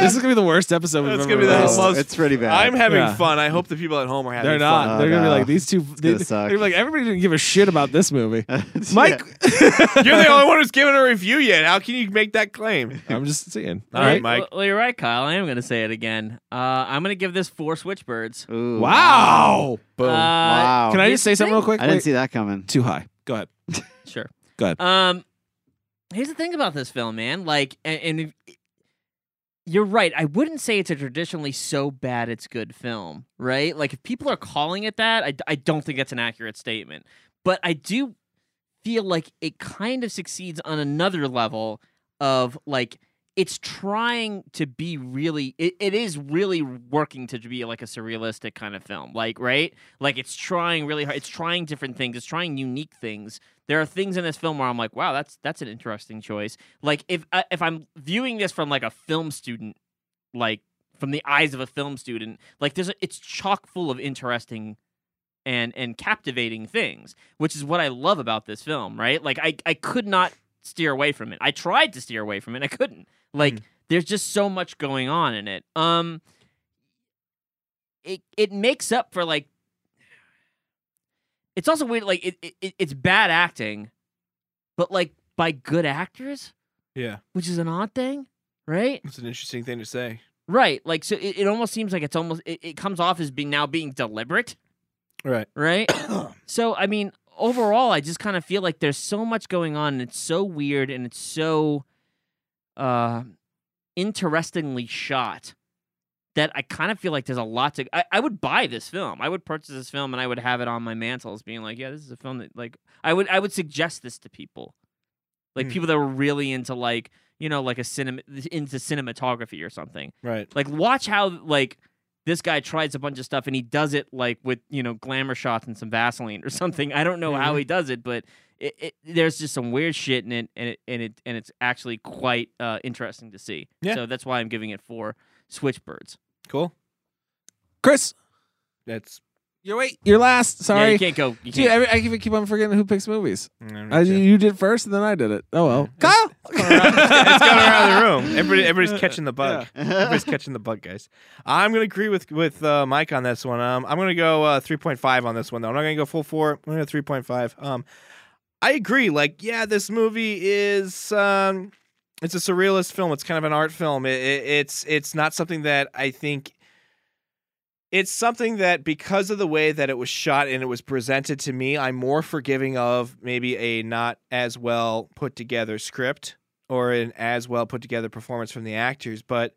Speaker 1: is gonna be the worst episode we've
Speaker 2: That's
Speaker 1: ever
Speaker 2: gonna be the
Speaker 1: released.
Speaker 2: most-
Speaker 9: it's pretty bad.
Speaker 2: I'm having
Speaker 1: Yeah.
Speaker 2: fun. I hope the people at home are having
Speaker 1: They're
Speaker 2: fun.
Speaker 1: not.
Speaker 9: Oh,
Speaker 1: They're gonna be
Speaker 9: no.
Speaker 1: like these two. They,
Speaker 9: gonna
Speaker 1: they're
Speaker 9: suck.
Speaker 1: gonna be like everybody didn't give a shit about this movie. Mike,
Speaker 2: You're the only one who's given a review yet. How can you make that claim?
Speaker 1: I'm just saying.
Speaker 2: All right,
Speaker 8: Well,
Speaker 2: Mike.
Speaker 8: well, you're right, Kyle. I am going to say it again. Uh, I'm going to give this four switchbirds.
Speaker 9: Yeah. Ooh.
Speaker 1: Wow.
Speaker 2: Boom.
Speaker 8: Uh,
Speaker 9: Wow.
Speaker 1: Can I just say
Speaker 8: Here's the
Speaker 1: something real
Speaker 8: thing.
Speaker 1: quick?
Speaker 9: I didn't
Speaker 1: Wait.
Speaker 9: see that coming.
Speaker 1: too high. Go ahead.
Speaker 8: Sure.
Speaker 1: Go ahead.
Speaker 8: Um, here's the thing about this film, man. Like, and, and if- you're right. I wouldn't say it's a traditionally so bad it's good film, right? Like, if people are calling it that, I, I don't think that's an accurate statement. But I do feel like it kind of succeeds on another level of like it's trying to be really it, it is really working to be like a surrealistic kind of film like right like it's trying really hard it's trying different things it's trying unique things there are things in this film where i'm like wow that's that's an interesting choice like if I if i'm viewing this from like a film student like from the eyes of a film student like there's a, it's chock full of interesting and and captivating things which is what i love about this film right like i i could not steer away from it i tried to steer away from it i couldn't like there's just so much going on in it um it it makes up for like it's also weird like it, it- it it's bad acting but like by good actors
Speaker 2: Yeah,
Speaker 8: which is an odd thing right
Speaker 2: it's an interesting thing to say.
Speaker 8: right like so it, it almost seems like it's almost it, it comes off as being now being deliberate
Speaker 2: Right.
Speaker 8: right? so I mean, overall, I just kind of feel like there's so much going on, and it's so weird, and it's so uh, interestingly shot that I kind of feel like there's a lot to. I, I would buy this film. I would purchase this film, and I would have it on my mantle as being like, yeah, this is a film that like I would I would suggest this to people, like
Speaker 2: Hmm.
Speaker 8: people that were really into like you know like a cinema into cinematography or something.
Speaker 2: Right.
Speaker 8: Like watch how like this guy tries a bunch of stuff and he does it like with you know glamour shots and some Vaseline or something. I don't know how
Speaker 2: Mm-hmm.
Speaker 8: he does it, but it, it, there's just some weird shit in it, and it and it and it's actually quite uh, interesting to see.
Speaker 2: Yeah.
Speaker 8: So that's why I'm giving it four switchbirds.
Speaker 2: Cool.
Speaker 1: Chris,
Speaker 2: That's.
Speaker 1: you're wait. You're last.
Speaker 8: Yeah,
Speaker 1: Sorry.
Speaker 8: you can't go. You
Speaker 1: Dude,
Speaker 8: can't.
Speaker 1: every, I keep- keep on forgetting who picks movies. I,
Speaker 2: It's
Speaker 1: you did first, and then I did it. Oh well, Kyle.
Speaker 2: going around the room. Everybody, everybody's catching the bug. Everybody's catching the bug, guys. I'm gonna agree with with uh, Mike on this one. Um, I'm gonna go uh, 3.5 on this one though. I'm not gonna go full four. I'm gonna go 3.5. Um, I agree. Like, yeah, this movie is um, it's a surrealist film. It's kind of an art film. It, it, it's it's not something that I think it's something that because of the way that it was shot and it was presented to me, I'm more forgiving of maybe a not as well put together script or an as well put together performance from the actors, but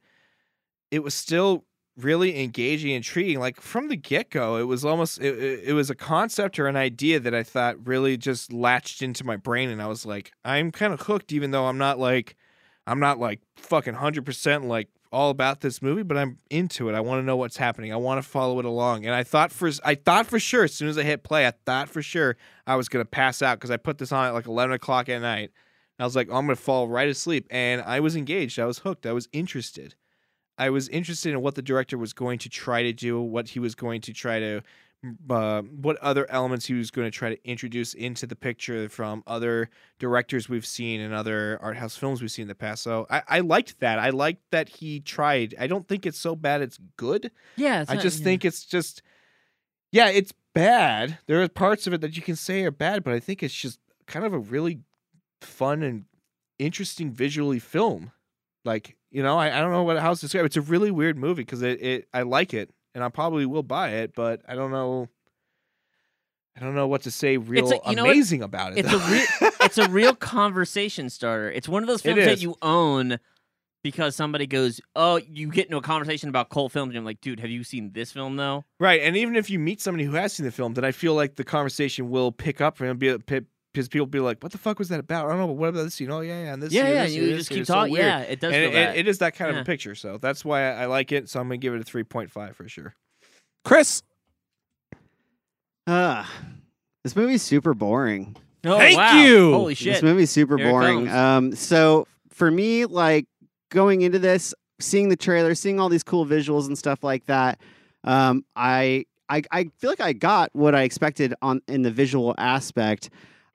Speaker 2: it was still really engaging and intriguing like from the get-go it was almost it, it, it was a concept or an idea that i thought really just latched into my brain and i was like i'm kind of hooked even though i'm not like i'm not like fucking 100% like all about this movie but i'm into it i want to know what's happening i want to follow it along and i thought for i thought for sure as soon as i hit play i thought for sure i was going to pass out because i put this on at like 11 o'clock at night i was like oh, i'm going to fall right asleep and i was engaged i was hooked i was interested I was interested in what the director was going to try to do, what he was going to try to, uh, what other elements he was going to try to introduce into the picture from other directors we've seen and other art house films we've seen in the past. So I, I liked that. I liked that he tried. I don't think it's so bad it's good.
Speaker 8: yeah, it's
Speaker 2: I
Speaker 8: not-
Speaker 2: just
Speaker 8: yeah.
Speaker 2: think it's just, yeah, it's bad. There are parts of it that you can say are bad, but I think it's just kind of a really fun and interesting visually film. Like, you know, I, I don't know what how to describe. It's a really weird movie because it, it I like it and I probably will buy it, but I don't know. I don't know what to say
Speaker 8: It's
Speaker 2: real
Speaker 8: a- you know what?
Speaker 2: amazing about it.
Speaker 8: It's
Speaker 2: though.
Speaker 8: a real, it's a real conversation starter. It's one of those
Speaker 2: It
Speaker 8: films that
Speaker 2: is.
Speaker 8: you own because somebody goes, "Oh, you get into a conversation about cult films," and I'm like, "Dude, have you seen this film though?"
Speaker 2: Right, and even if you meet somebody who has seen the film, then I feel like the conversation will pick up and be because people be like, "What the fuck was that about?" I don't know, but what about this? You know, yeah, yeah, and this.
Speaker 8: Yeah,
Speaker 2: here,
Speaker 8: yeah,
Speaker 2: this
Speaker 8: you just
Speaker 2: here, this here.
Speaker 8: keep
Speaker 2: It's so
Speaker 8: talking.
Speaker 2: weird.
Speaker 8: Yeah, it does feel
Speaker 2: And it-
Speaker 8: that.
Speaker 2: it is that kind of
Speaker 8: Yeah.
Speaker 2: a picture, so that's why I, I like it. So I'm gonna give it a 3.5 for sure.
Speaker 1: Chris.
Speaker 9: Uh, this movie's super boring.
Speaker 8: Oh,
Speaker 1: Thank wow. you.
Speaker 8: Holy shit!
Speaker 9: This movie's super
Speaker 8: Here it
Speaker 9: boring.
Speaker 8: comes.
Speaker 9: Um, so for me, like going into this, seeing the trailer, seeing all these cool visuals and stuff like that, um, I, I I feel like I got what I expected on in the visual aspect.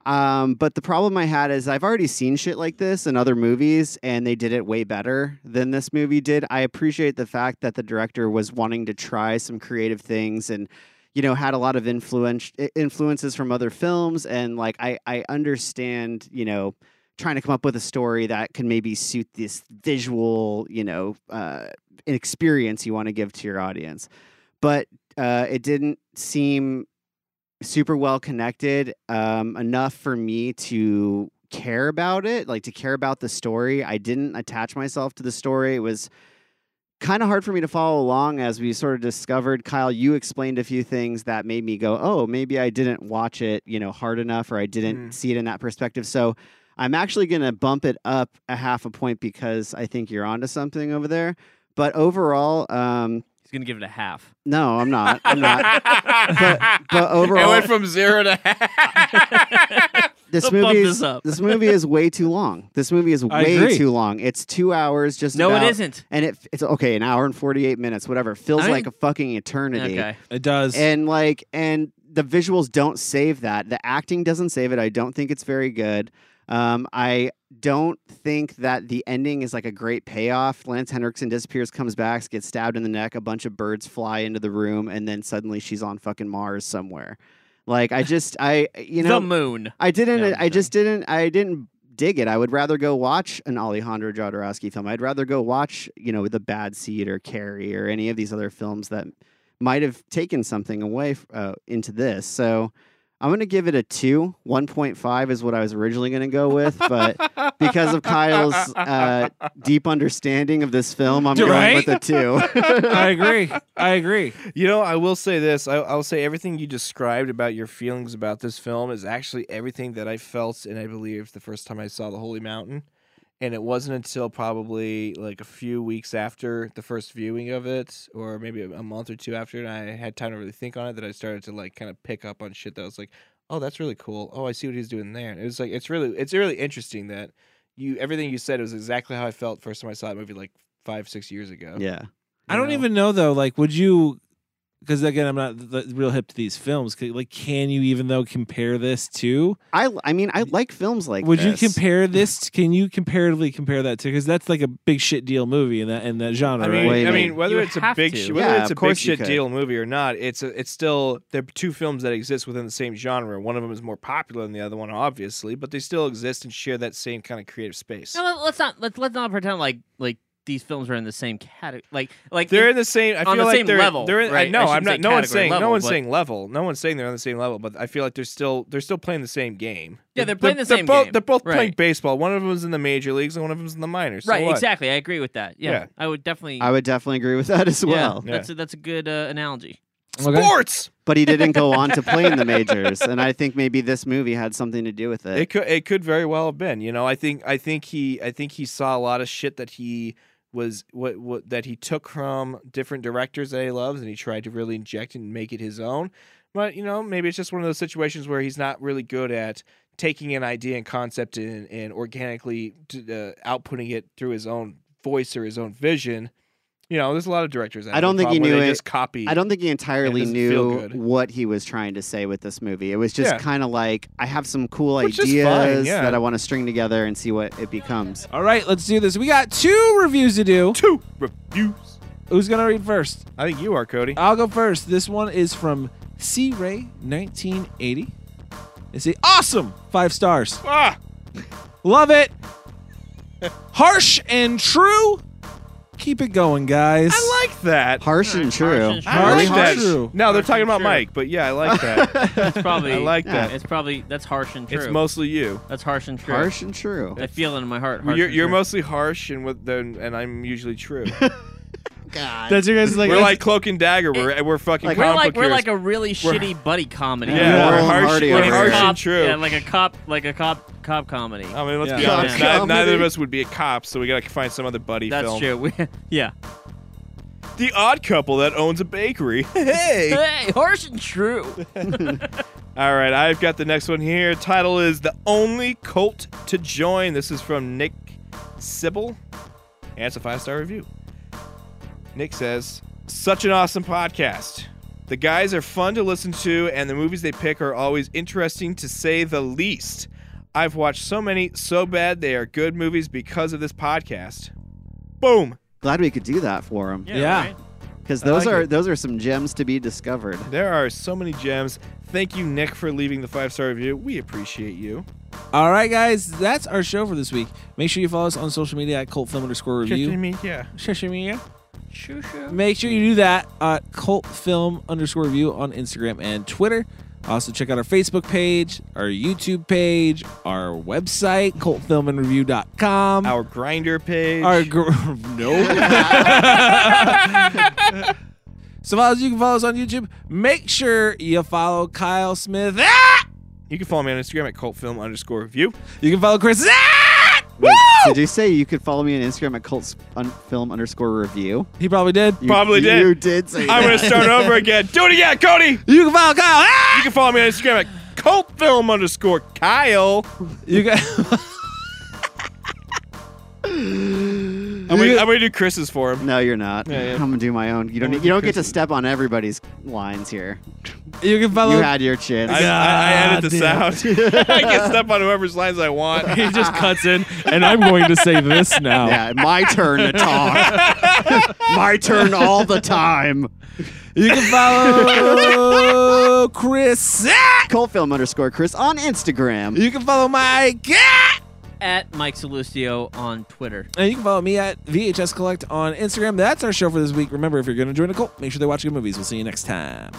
Speaker 9: Um, but the problem I had is I've already seen shit like this in other movies, and they did it way better than this movie did. I appreciate the fact that the director was wanting to try some creative things and you know had a lot of influence i- influences from other films and like i i understand you know trying to come up with a story that can maybe suit this visual you know uh experience you want to give to your audience but uh it didn't seem super well connected um enough for me to care about it like to care about the story i didn't attach myself to the story it was kind of hard for me to follow along as we sort of discovered kyle you explained a few things that made me go oh maybe i didn't watch it you know hard enough or i didn't see it in that perspective so i'm actually going to bump it up a half a point because i think you're onto something over there but overall um
Speaker 8: He's gonna give it a half.
Speaker 9: no i'm not i'm not but, but overall
Speaker 2: It went from zero to
Speaker 9: this
Speaker 8: Let's bump
Speaker 9: movie
Speaker 8: this
Speaker 9: is
Speaker 8: up.
Speaker 9: this movie is way too long. This movie is
Speaker 1: I
Speaker 9: way
Speaker 1: agree.
Speaker 9: too long. It's two hours just
Speaker 8: No, it
Speaker 9: about,
Speaker 8: isn't.
Speaker 9: and it, it's okay an hour and forty eight minutes whatever feels
Speaker 8: I-
Speaker 9: like a fucking eternity.
Speaker 8: Okay.
Speaker 1: It does.
Speaker 9: And like and the visuals don't save that. The acting doesn't save it. I don't think it's very good. Um, I don't think that the ending is like a great payoff. Lance Henriksen disappears, comes back, gets stabbed in the neck. A bunch of birds fly into the room, and then suddenly she's on fucking Mars somewhere. Like I just I you know
Speaker 8: the moon.
Speaker 9: I didn't. uh,
Speaker 8: No, I'm
Speaker 9: I just didn't. I didn't dig it. I would rather go watch an Alejandro Jodorowsky film. I'd rather go watch, you know, The Bad Seed or Carrie or any of these other films that might have taken something away f- uh, into this. So I'm going to give it a two. 1.5 is what I was originally going to go with, but because of Kyle's uh, deep understanding of this film, I'm going
Speaker 1: Right?
Speaker 9: with a two.
Speaker 1: I agree. I agree.
Speaker 2: You know, I will say this. I, I'll say everything you described about your feelings about this film is actually everything that I felt and I believed the first time I saw The Holy Mountain. And it wasn't until probably like a few weeks after the first viewing of it, or maybe a, a month or two after, and I had time to really think on it, that I started to like kind of pick up on shit that was like, oh, that's really cool. Oh, I see what he's doing there. And it was like, it's really, it's really interesting that you, everything you said was exactly how I felt first time I saw that movie like five, six years ago.
Speaker 9: yeah.
Speaker 1: I don't even know though. Like, would you? Because again, I'm not th- th- real hip to these films. c- Like, can you even though compare this to?
Speaker 9: I, I mean, I like films like
Speaker 1: would
Speaker 9: this.
Speaker 1: you compare this? t- Can you comparatively compare that to? Because that's like a big shit deal movie in that in that genre.
Speaker 2: I mean,
Speaker 1: right?
Speaker 9: Wait,
Speaker 2: I
Speaker 9: wait.
Speaker 2: mean, whether
Speaker 8: You
Speaker 2: it's a
Speaker 8: have
Speaker 2: big
Speaker 8: to.
Speaker 2: sh- whether
Speaker 9: Yeah,
Speaker 2: it's
Speaker 9: of
Speaker 2: a big
Speaker 9: course you
Speaker 2: shit
Speaker 9: could.
Speaker 2: deal movie or not, it's a, it's still they're two films that exist within the same genre. One of them is more popular than the other one, obviously, but they still exist and share that same kind of creative space.
Speaker 8: No, let- let's not. Let's let's not pretend like like these films are in the same category. Like like
Speaker 2: They're in the same. I
Speaker 8: on
Speaker 2: feel
Speaker 8: the
Speaker 2: like
Speaker 8: same
Speaker 2: they're,
Speaker 8: level,
Speaker 2: They're in,
Speaker 8: right? I
Speaker 2: I know.
Speaker 8: shouldn't say
Speaker 2: I'm not. No
Speaker 8: category,
Speaker 2: one's saying.
Speaker 8: level,
Speaker 2: no one's
Speaker 8: but-
Speaker 2: saying level. No one's saying they're on the same level. But I feel like they're still. They're still playing the same game.
Speaker 8: Yeah, they're playing the same
Speaker 2: both,
Speaker 8: game.
Speaker 2: They're both playing
Speaker 8: Right.
Speaker 2: baseball. One of them's in the major leagues and one of them's in the minors. So
Speaker 8: right.
Speaker 2: what?
Speaker 8: Exactly. I agree with that. Yeah,
Speaker 2: Yeah.
Speaker 8: I would definitely.
Speaker 9: I would definitely agree with that as
Speaker 8: yeah,
Speaker 9: well.
Speaker 8: That's a, that's a good uh, analogy.
Speaker 1: Okay.
Speaker 2: Sports.
Speaker 9: but he didn't go on to play in the majors and i think maybe this movie had something to do with it,
Speaker 2: It could it could very well have been. You know, I think I think he I think he saw a lot of shit that he was what, what that he took from different directors that he loves and he tried to really inject it and make it his own. But you know, maybe it's just one of those situations where he's not really good at taking an idea and concept and, and organically t- uh, outputting it through his own voice or his own vision. You know, there's a lot of directors. that
Speaker 9: I
Speaker 2: have
Speaker 9: don't
Speaker 2: the
Speaker 9: think he
Speaker 2: problem where
Speaker 9: knew
Speaker 2: they
Speaker 9: it.
Speaker 2: Just copy.
Speaker 9: i don't think he entirely
Speaker 2: doesn't feel
Speaker 9: knew
Speaker 2: good.
Speaker 9: what he was trying to say with this movie it was just
Speaker 2: Yeah.
Speaker 9: kind of like i have some cool
Speaker 2: Which is
Speaker 9: ideas
Speaker 2: fine, yeah.
Speaker 9: that i want to string together and see what it becomes
Speaker 1: All right, let's do this. We got two reviews to do.
Speaker 2: two reviews.
Speaker 1: Who's gonna read first?
Speaker 2: I think you are Cody.
Speaker 9: Uh,
Speaker 1: I'll go first. This one is from C Ray 1980. It's the awesome five stars.
Speaker 2: ah,
Speaker 1: Love it. Harsh and true. Keep it going, guys. I
Speaker 2: like that.
Speaker 9: Harsh and true.
Speaker 2: I like that.
Speaker 1: True.
Speaker 2: No, they're talking about Mike, but yeah, I like that.
Speaker 8: That's probably.
Speaker 2: I like that.
Speaker 8: It's probably that's harsh and true.
Speaker 2: It's mostly you.
Speaker 8: that's harsh and true.
Speaker 9: Harsh and true.
Speaker 8: I feel it in my heart. harsh
Speaker 2: You're,
Speaker 8: and
Speaker 2: you're
Speaker 8: true.
Speaker 2: mostly harsh, and with then, and I'm usually true.
Speaker 9: God.
Speaker 12: That's your guys like.
Speaker 2: we're like cloak and dagger. We're we're fucking
Speaker 8: we're
Speaker 2: comic
Speaker 8: like
Speaker 2: book
Speaker 8: we're like
Speaker 2: heroes.
Speaker 8: a really shitty buddy comedy.
Speaker 2: yeah, we're
Speaker 9: Laurel
Speaker 2: harsh,
Speaker 9: Hardy
Speaker 2: we're
Speaker 9: over
Speaker 2: harsh
Speaker 9: here.
Speaker 2: and
Speaker 8: Cop-
Speaker 2: true.
Speaker 8: Yeah, like a cop, like a cop, cop comedy.
Speaker 2: I mean, let's
Speaker 1: Yeah.
Speaker 2: be honest.
Speaker 9: Cop
Speaker 2: Neither, neither of
Speaker 9: comedy.
Speaker 2: us would be a cop, so we gotta find some other buddy
Speaker 8: That's
Speaker 2: film.
Speaker 8: true. We, yeah.
Speaker 2: The odd couple that owns a bakery. hey.
Speaker 8: Hey, harsh and true.
Speaker 2: All right, I've got the next one here. Title is The Only Cult to Join. This is from Nick Sybil, and it's a five star review. Nick says, Such an awesome podcast. The guys are fun to listen to, and the movies they pick are always interesting to say the least. I've watched so many so bad they are good movies because of this podcast. Boom.
Speaker 9: Glad we could do that for them
Speaker 1: Yeah.
Speaker 8: right?
Speaker 9: because
Speaker 2: I
Speaker 9: those
Speaker 2: like
Speaker 9: are
Speaker 2: it.
Speaker 9: those are some gems to be discovered.
Speaker 2: There are so many gems. Thank you, Nick, for leaving the five star review. We appreciate you.
Speaker 1: All right, guys, that's our show for this week. Make sure you follow us on social media at Cult Film underscore review.
Speaker 2: Yeah.
Speaker 1: Social media.
Speaker 8: Shoo, shoo.
Speaker 1: Make sure you do that at Cult Film underscore review on Instagram and Twitter. Also, check out our Facebook page, our YouTube page, our website, cultfilmandreview.com.
Speaker 2: Our grinder page.
Speaker 1: Our gr- no. so, follow us, you can follow us on YouTube. Make sure you follow Kyle Smith. Ah!
Speaker 2: You can follow me on Instagram at cultfilm underscore review.
Speaker 1: You can follow Chris. Ah! Woo!
Speaker 9: Did you say you could follow me on Instagram at cult un- film underscore review?
Speaker 1: He probably did.
Speaker 9: You,
Speaker 2: Probably
Speaker 9: you,
Speaker 2: did.
Speaker 9: You did say
Speaker 2: I'm
Speaker 9: that.
Speaker 2: going to start over again. Do it again, Cody. You
Speaker 1: You can follow Kyle. Ah!
Speaker 2: can follow me on Instagram at cultfilm underscore Kyle.
Speaker 1: You can.
Speaker 2: I'm going to do Chris's for him.
Speaker 9: No, you're not.
Speaker 2: Yeah, yeah.
Speaker 9: I'm gonna do my own. You don't.
Speaker 2: Only
Speaker 9: You don't get to
Speaker 2: Chris's.
Speaker 9: step on everybody's lines here.
Speaker 1: You can follow.
Speaker 9: You had your chance.
Speaker 2: I, I, I edit the
Speaker 1: God
Speaker 2: sound. I can step on whoever's lines I want.
Speaker 12: he just cuts in, and I'm going to say this now.
Speaker 9: yeah, my turn to talk. my turn all the time.
Speaker 1: you can follow Chris. Ah!
Speaker 9: Coltfilm underscore Chris on Instagram.
Speaker 1: You can follow Mike. Ah!
Speaker 8: At Mike Salustio on Twitter.
Speaker 1: And you can follow me at VHS Collect on Instagram. That's our show for this week. Remember, if you're going to join a cult, make sure they watch good movies. We'll see you next time.